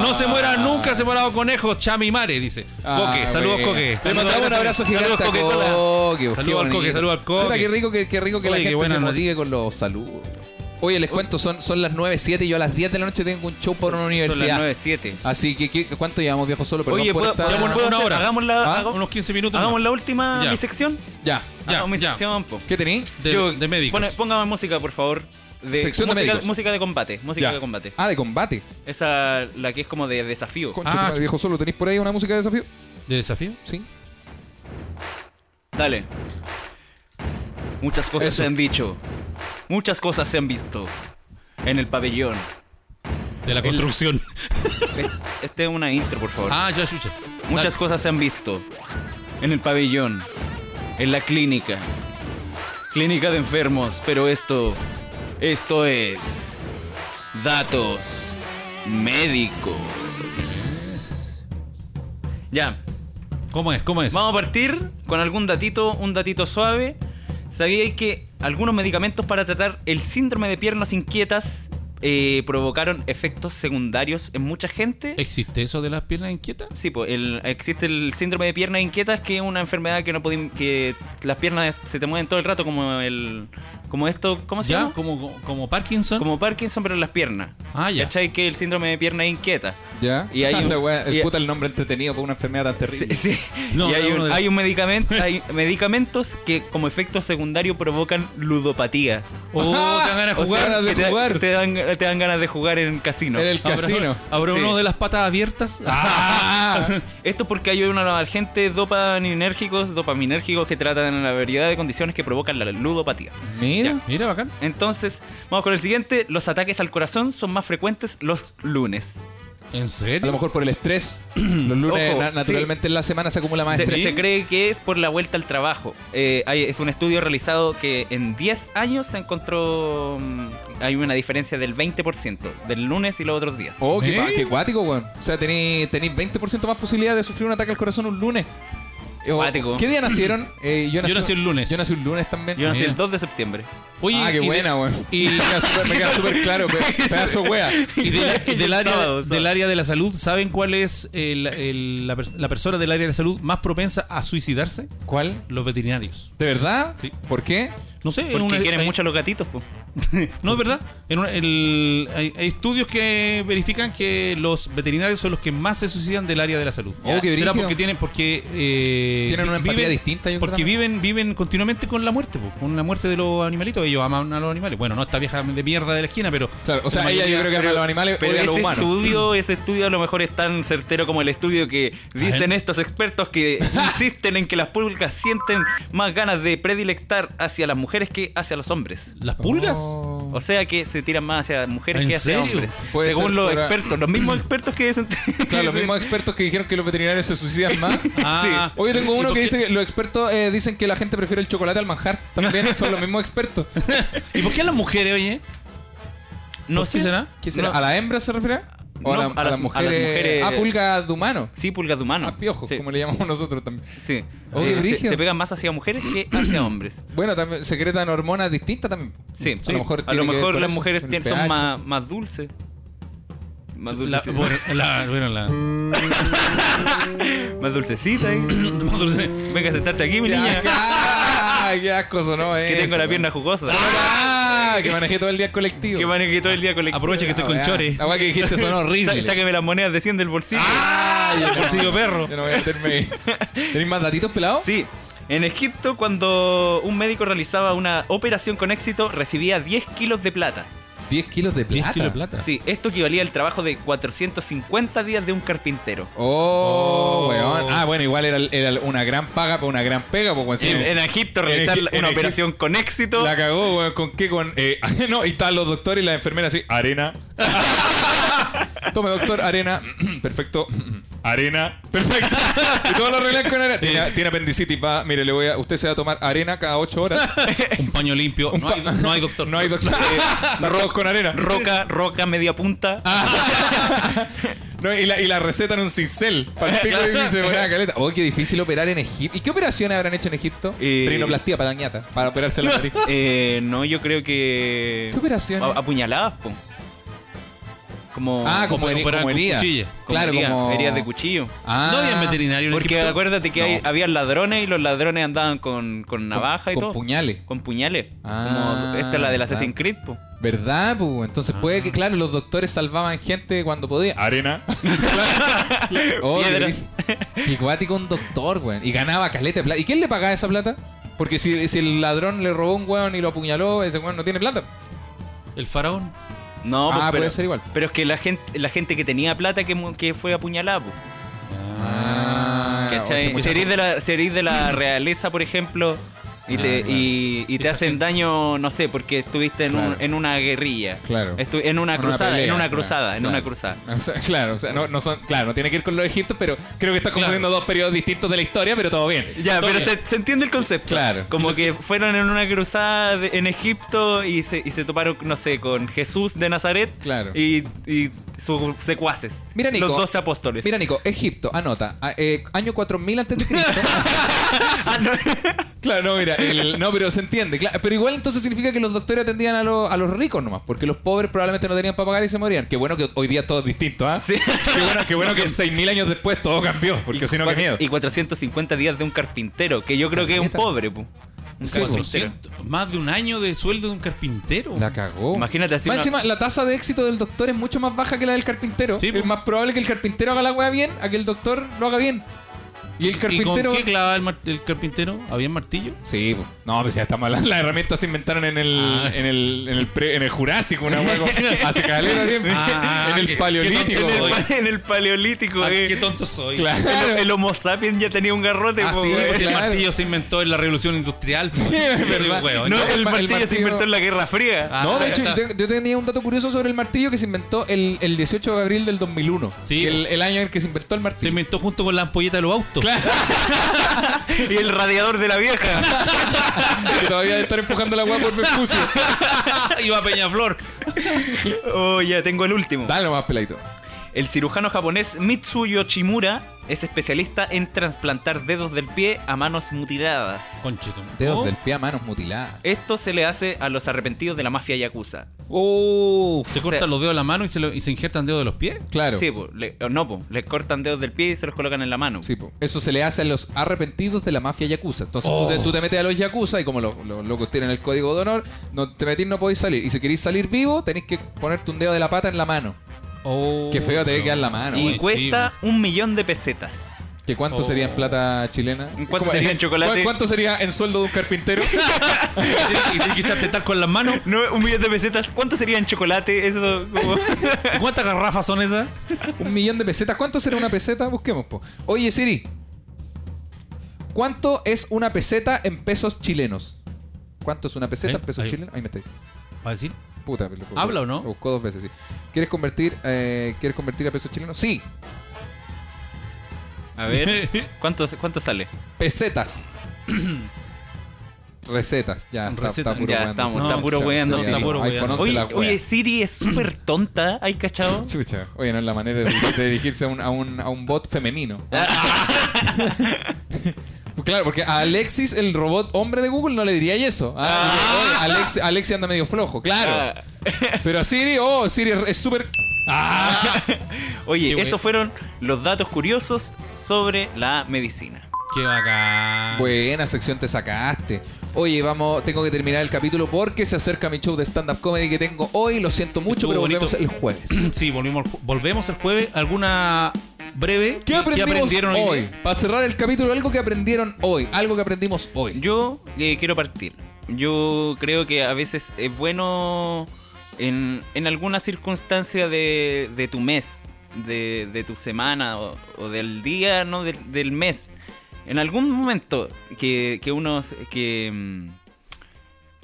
Coque, no se muera nunca separado conejo, chami mare, dice. Coque, Ah, saludos bueno. Coque. Le Saludos, mandamos un gracias. abrazo gigante Saludos, a Coque, hola. Coque. pues, Saludos qué al bonito. Coque, saludos al Coque. Puta, qué rico que, qué rico que la Oye, qué gente buena Oh. se noti- motive con los saludos. Oye, les cuento, son, son las 9.07 y yo a las 10 de la noche tengo un show por una Son las universidad. 9.7. Así que, ¿qué- ¿cuánto llevamos, viejo solo? Perdón Oye, por ¿puedo, esta- ¿puedo- Una puedo hacer- hora. hagamos la, Ah, hagamos- Unos 15 minutos. hagamos más. la última Ya. mi sección. Ya. Ya, hagamos mi ya. sección, po. ¿Qué tení? De, Yo- de médicos. pone- póngame música, por favor. De, Sección de música, médicos. música de combate. Música Ya. de combate. Ah, de combate. Esa, la que es como de desafío. Concha, Ah, tu madre, chup- viejo solo, ¿tenéis por ahí una música de desafío? ¿De desafío? Sí. Dale. Muchas cosas Eso. se han dicho. Muchas cosas se han visto. En el pabellón. De la construcción. Este es una intro, por favor. Ah, ya, escucha. Muchas cosas se han visto. En el pabellón. En la clínica. Clínica de enfermos. Pero esto. Esto es. Datos médicos. Ya. ¿Cómo es? ¿Cómo es? Vamos a partir con algún datito, un datito suave. ¿Sabíais que algunos medicamentos para tratar el síndrome de piernas inquietas eh, provocaron efectos secundarios en mucha gente? ¿Existe eso de las piernas inquietas? Sí, pues el- existe el síndrome de piernas inquietas, que es una enfermedad que no podí- que las piernas se te mueven todo el rato como el como esto, ¿cómo se ¿Ya? llama? ¿Como, como Parkinson? Como Parkinson pero en las piernas. Ah, ya. ¿Cachai? Que el síndrome de piernas inquietas. Ya. Y hay un- La wea- el y- puta el nombre entretenido por una enfermedad tan terrible. Sí, sí. No, y hay no, un, no, hay un medicamento, hay medicamentos que como efecto secundario provocan ludopatía. Oh, te dan ganas de O sea, jugar. ganas de que te, jugar. Te dan, te dan ganas de jugar en casino. En el Habrá- casino. ¿Habrá Sí. uno de las patas abiertas? Ah. Esto porque hay una gente dopaminérgicos, dopaminérgicos que tratan la variedad de condiciones que provocan la ludopatía. Mira. Ah, Mira, bacán. Entonces, vamos con el siguiente. Los ataques al corazón son más frecuentes los lunes. ¿En A lo serio? mejor por el estrés. Los lunes, Ojo, na- sí. naturalmente, ¿Ah, en la semana se acumula más Se, estrés. se cree que es por la vuelta al trabajo. Eh, hay- es un estudio realizado que en 10 años se encontró. mm, Hay una diferencia del 20% del lunes y los otros días. Oh, qué, pa- ¿Eh? qué cuático, weón. O sea, tenéis 20% más posibilidad de sufrir un ataque al corazón un lunes. Eh, o- Cuático. ¿Qué día nacieron? Eh, yo, Yo nací un lunes. Yo nací un lunes también. Yo nací mira. el 2 de septiembre. Oye, ah, qué y de- buena, weón. y- Me queda súper- me queda súper claro, pe- pedazo wea. Y, de la- y del, área, Sábado, sábado. del área de la salud, ¿saben cuál es el- el- la, pers- la persona del área de salud más propensa a suicidarse? ¿Cuál? Los veterinarios. ¿De verdad? Sí. ¿Por qué? No sé, en Porque una- quieren hay- mucho a los gatitos, po. No, es verdad. En una- el- hay, hay estudios que verifican que los veterinarios son los que más se suicidan del área de la salud. Oh, qué Será brígido. porque tienen, porque eh, Tienen una empatía distinta, yo creo porque también. viven, viven continuamente con la muerte, po, con la muerte de los animalitos. Ellos aman a los animales. Bueno, no esta vieja de mierda de la esquina, pero Claro, o sea, la ella yo mayoría- creo que ama a los animales, Pero odia a los ese humanos. estudio, ese estudio a lo mejor es tan certero como el estudio que dicen ver. estos expertos que insisten en que las públicas sienten más ganas de predilectar hacia las mujeres que hacia los hombres. las pulgas. Oh. O sea que se tiran más hacia mujeres ¿En que hacia serio? hombres. Puede ser Según los por- expertos, los mismos expertos que dicen. Claro, los mismos expertos que dijeron que los veterinarios se suicidan más. Ah, Oye, tengo ¿y uno por que qué- dice que los expertos eh, dicen que la gente prefiere el chocolate al manjar. También son los mismos expertos. ¿Y por qué a las mujeres, oye? No ¿Por qué sé. será? ¿Qué será? Ah, No. ¿A la hembra se refiere? ¿O a, No, la- a a las- las mujeres? a las mujeres- Ah, pulga de humano. Sí, pulgas de humano. A piojos, Sí, como le llamamos nosotros también. sí. Oh, qué Eh, se, brígido. se pegan más hacia mujeres que hacia hombres. Bueno, también secretan hormonas distintas también. Sí, A lo mejor, a tiene lo que ver mejor con las eso, mujeres con tien- el son pH. más, más dulces. Más La- dulces. sí. bueno, la- bueno, la- Más dulcecita ahí. Venga a sentarse aquí, mi Ya, niña. ya, qué asco sonó Que tengo la eso, pierna jugosa. Ah, que manejé todo el día en colectivo. Que maneje todo el día con la. Aprovecha que estoy con Ah, chores. La weá que dijiste sonó horrible. Sá- Sáqueme las monedas de 100 del bolsillo. Ah, ya no. Bolsillo perro. Yo no voy a meterme ahí. ¿Tenéis más datitos pelados? Sí. En Egipto, cuando un médico realizaba una operación con éxito, recibía 10 kilos de plata. 10 kilos de plata. 10 kilos de plata. Sí, esto equivalía al trabajo de 450 días de un carpintero. Oh. Oh, weón. Ah, bueno, igual era, era una gran paga, pues, una gran pega, pues, weón. Si En, no- en Egipto, En realizar Egi- en una Egipto. operación con éxito. La cagó, weón. ¿Con qué? Con. eh, no, y estaban los doctores y las enfermeras así. Arena. Tome, doctor, arena. Perfecto. Arena. Perfecto. Y todos lo arreglan con arena. Tiene, tiene apendicitis, va. Mire, le voy a. Usted se va a tomar arena cada 8 horas. Un paño limpio. Un no, pa- hay, no hay doctor. No hay doctor. Arroz con arena. Roca, roca, media punta. Ah. No, y, la, y la receta en un cincel. Para el pico y se ponía caleta. Oh, qué difícil operar en Egipto. ¿Y qué operaciones habrán hecho en Egipto? Eh, Rinoplastía para la ñata. Para operarse la nariz. Eh, no, yo creo que. ¿Qué operación? A- Apuñaladas, po. Ah, Como. Ah, como, como heri- operar como con herida. cuchilla. como Claro, heridas- como. Heridas de cuchillo. Ah. No había veterinario en Porque Egipto. acuérdate que hay- había ladrones y los ladrones andaban con, con navaja y con todo. puñales. Con puñales. Ah, como esta es la del Assassin's Creed, po. ¿Verdad, pu? Entonces puede Ah. que, claro, los doctores salvaban gente cuando podía. Ah, Arena. oh, qué Piedras. bris- Qué cuático un doctor, weón. Y ganaba caleta de plata. ¿Y quién le pagaba esa plata? Porque si, si el ladrón le robó un weón y lo apuñaló, ese weón no tiene plata. El faraón. No, Ah, pues, puede ser igual. Pero es que la gente, la gente que tenía plata que, mu- que fue apuñalada, po. Ah, ¿Cachai? oye, Si eres de la, si eres de la realeza, por ejemplo, y te, y, y te hacen daño, no sé, porque estuviste en, un- Claro. en una guerrilla. Claro. Estu- en una En una cruzada, pelea, en una claro, cruzada, en claro. una cruzada. O sea, claro, o sea, no, no son, claro, no tiene que ir con los egipcios, pero creo que estás confundiendo dos periodos distintos de la historia, pero todo bien. Ya, Todo pero bien. se, se entiende el concepto. Claro. Como que fueron en una cruzada de- en Egipto y se, y se toparon, no sé, con Jesús de Nazaret. Claro. Y, y sus secuaces. Mira, Nico. Los doce apóstoles. Mira, Nico, Egipto, anota, a- eh, año 4000 antes de Cristo. Ah, Claro, no, mira, el- no, pero se entiende. Claro, pero igual entonces significa que los doctores atendían a, los- a los ricos nomás, porque los pobres probablemente no tenían para pagar y se morían. Qué bueno que hoy día todo es distinto, ¿ah? Sí. Qué bueno, qué bueno que 6.000 años después todo cambió, porque si no, qué Cuatro- miedo. Y 450 días de un carpintero, que yo creo que es un Carpintero. pobre, pu. Un Sí, po. carpintero. 400, más de un año de sueldo de un carpintero. La cagó. Imagínate así Más una- encima, la tasa de éxito del doctor es mucho más baja que la del carpintero. Sí, es po. más probable que el carpintero haga la weá bien a que el doctor lo haga bien. Y el carpintero. ¿Y con qué clavaba el, mar- el carpintero? ¿Había martillo? Sí, po. no, pues ya estamos hablando. Las herramientas se inventaron en el, Ah. en el, en el, pre- en el Jurásico, una hueá como- hace caleta tiempo. Ah, en el qué- qué Paleolítico. tonto soy. en el paleolítico, Ah, eh. qué tonto soy. El, claro. el Homo sapiens ya tenía un garrote, Ah, po, sí, güey. Porque claro. pues, el martillo se inventó en la revolución industrial. po. Soy un verdad. hueón. No, No, el, el ma- el martillo se martillo- inventó en la Guerra Fría. Ah, No, de ahí hecho, está. yo, yo tenía un dato curioso sobre el martillo que se inventó el, el 18 de abril del 2001. Sí, el, po. el año en que se inventó el Se martillo. inventó junto con la ampolleta de los autos. Y el radiador de la vieja. que todavía debe estar empujando la hueá por Vespucio. Iba a Peñaflor. Oh, ya tengo el último. Dale nomás, peladito. El cirujano japonés Mitsuyo Chimura es especialista en trasplantar dedos del pie a manos mutiladas. Conchito. Dedos ¿No? del pie a manos mutiladas. Esto se le hace a los arrepentidos de la mafia yakuza. Se O cortan sea- los dedos de la mano y se, lo- y se injertan dedos de los pies. Claro. Sí, Sí, po, le- no, po, les cortan dedos del pie y se los colocan en la mano. po. Eso se le hace a los arrepentidos de la mafia yakuza. Entonces Oh. tú, te, tú te metes a los yakuza y como los, los locos tienen el código de honor, no te metís, no podéis salir. Y si queréis salir vivo, tenéis que ponerte un dedo de la pata en la mano. Oh, Qué feo te debe quedar la mano. y Ah, sí, cuesta un millón de pesetas. ¿Que cuánto Oh. sería en plata chilena? ¿Cuánto ¿Cómo- sería en chocolate? ¿cu- ¿Cuánto sería en sueldo de un carpintero? pues. Y tienes que echarte tal con las manos. No, un millón de pesetas. ¿Cuánto sería en chocolate? Eso como- ¿Y ¿Cuántas garrafas son esas? un millón de pesetas. ¿Cuánto será una peseta? Busquemos, po. Oye, Siri. ¿Cuánto es una peseta en pesos chilenos? ¿Cuánto es una peseta Ahí, en pesos ahí. chilenos? Ahí me estáis. ¿Va a decir? Puta, pero lo- ¿Habla o no? Lo buscó dos veces, sí. ¿Quieres convertir, eh, ¿quieres convertir a pesos chilenos? Sí, A ver, ¿cuánto, cuánto sale? pesetas. Recetas, ya. está- Receta. está puro Ya, weando, estamos, sí. está puro sí, weando, sí, Siri. no, Está puro iPhone weando. 11 Oye, la wea. oye, Siri es súper tonta. ¿Hay cachado? Chucha. Oye, no es la manera de, de dirigirse a un, a un- a un bot femenino. Pues claro, porque a Alexis, el robot hombre de Google, no le diría eso. Ah, oye, Alex- Alexis anda medio flojo, claro. Ah. Pero a Siri, oh, Siri es- es súper... Oye, Qué esos fueron los datos curiosos sobre la medicina. Qué bacán. Buena sección te sacaste. Oye, vamos, tengo que terminar el capítulo porque se acerca mi show de stand-up comedy que tengo hoy. Lo siento mucho, Estuvo pero bonito. volvemos el jueves. Sí, volvimos, al ju- volvemos el jueves. ¿Alguna breve? ¿Qué aprendimos aprendieron hoy? hoy? Para cerrar el capítulo, algo que aprendieron hoy. Algo que aprendimos hoy. Yo eh, quiero partir. Yo creo que a veces es bueno en, en alguna circunstancia de, de tu mes, de, de tu semana o, o del día, no del, del mes. En algún momento que, que uno se- que, mm,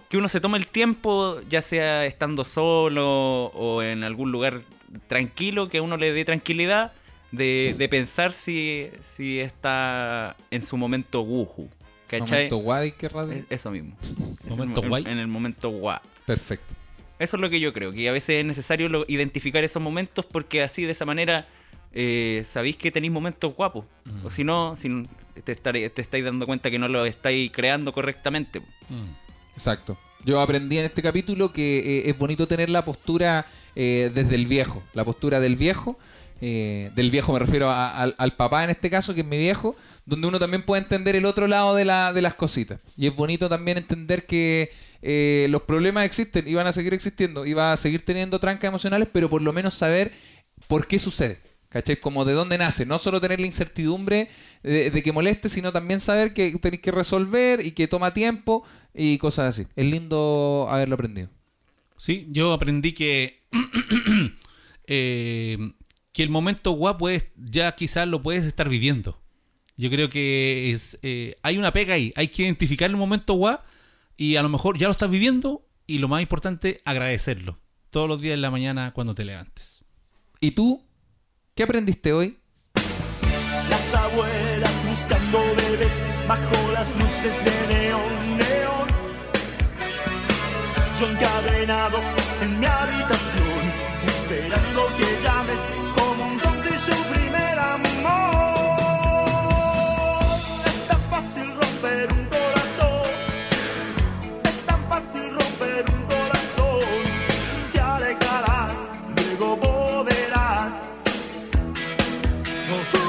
que uno se tome el tiempo, ya sea estando solo o en algún lugar tranquilo, que a uno le dé tranquilidad de, de pensar si, si está en su momento wuju. ¿Cachai? Momento guay, qué radio. Eh. Es- Eso mismo. Es Momento el mo- guay. En, en el momento guay. Perfecto. Eso es lo que yo creo, que a veces es necesario lo- identificar esos momentos porque así, de esa manera, eh, sabéis que tenéis momentos guapos. Mm. O si no, si no, te, estaré- te estáis dando cuenta que no lo estáis creando correctamente. Mm. Exacto. Yo aprendí en este capítulo que eh, es bonito tener la postura eh, desde el viejo. La postura del viejo. eh, del viejo me refiero a- al- al papá en este caso, que es mi viejo, donde uno también puede entender el otro lado de, la, de las cositas. Y es bonito también entender que eh, los problemas existen y van a seguir existiendo y va a seguir teniendo trancas emocionales, pero por lo menos saber por qué sucede. ¿Cachai? Como de dónde nace. No solo tener la incertidumbre de, de que moleste, sino también saber que tenéis que resolver y que toma tiempo y cosas así. Es lindo haberlo aprendido. Sí, yo aprendí que. eh, que el momento guapo puedes, ya quizás lo puedes estar viviendo. Yo creo que es eh, hay una pega ahí. Hay que identificar el momento guá y a lo mejor ya lo estás viviendo y lo más importante, agradecerlo. Todos los días en la mañana cuando te levantes. ¿Y tú? ¿Qué aprendiste hoy? Las abuelas buscando bebés bajo las luces de neón, neón. Yo encadenado en mi habitación, esperando que llames como un don de su primer amor. Es tan fácil romper un corazón, es tan fácil romper un corazón. Te alejarás, luego volverás. Oh, oh. Oh, Oh,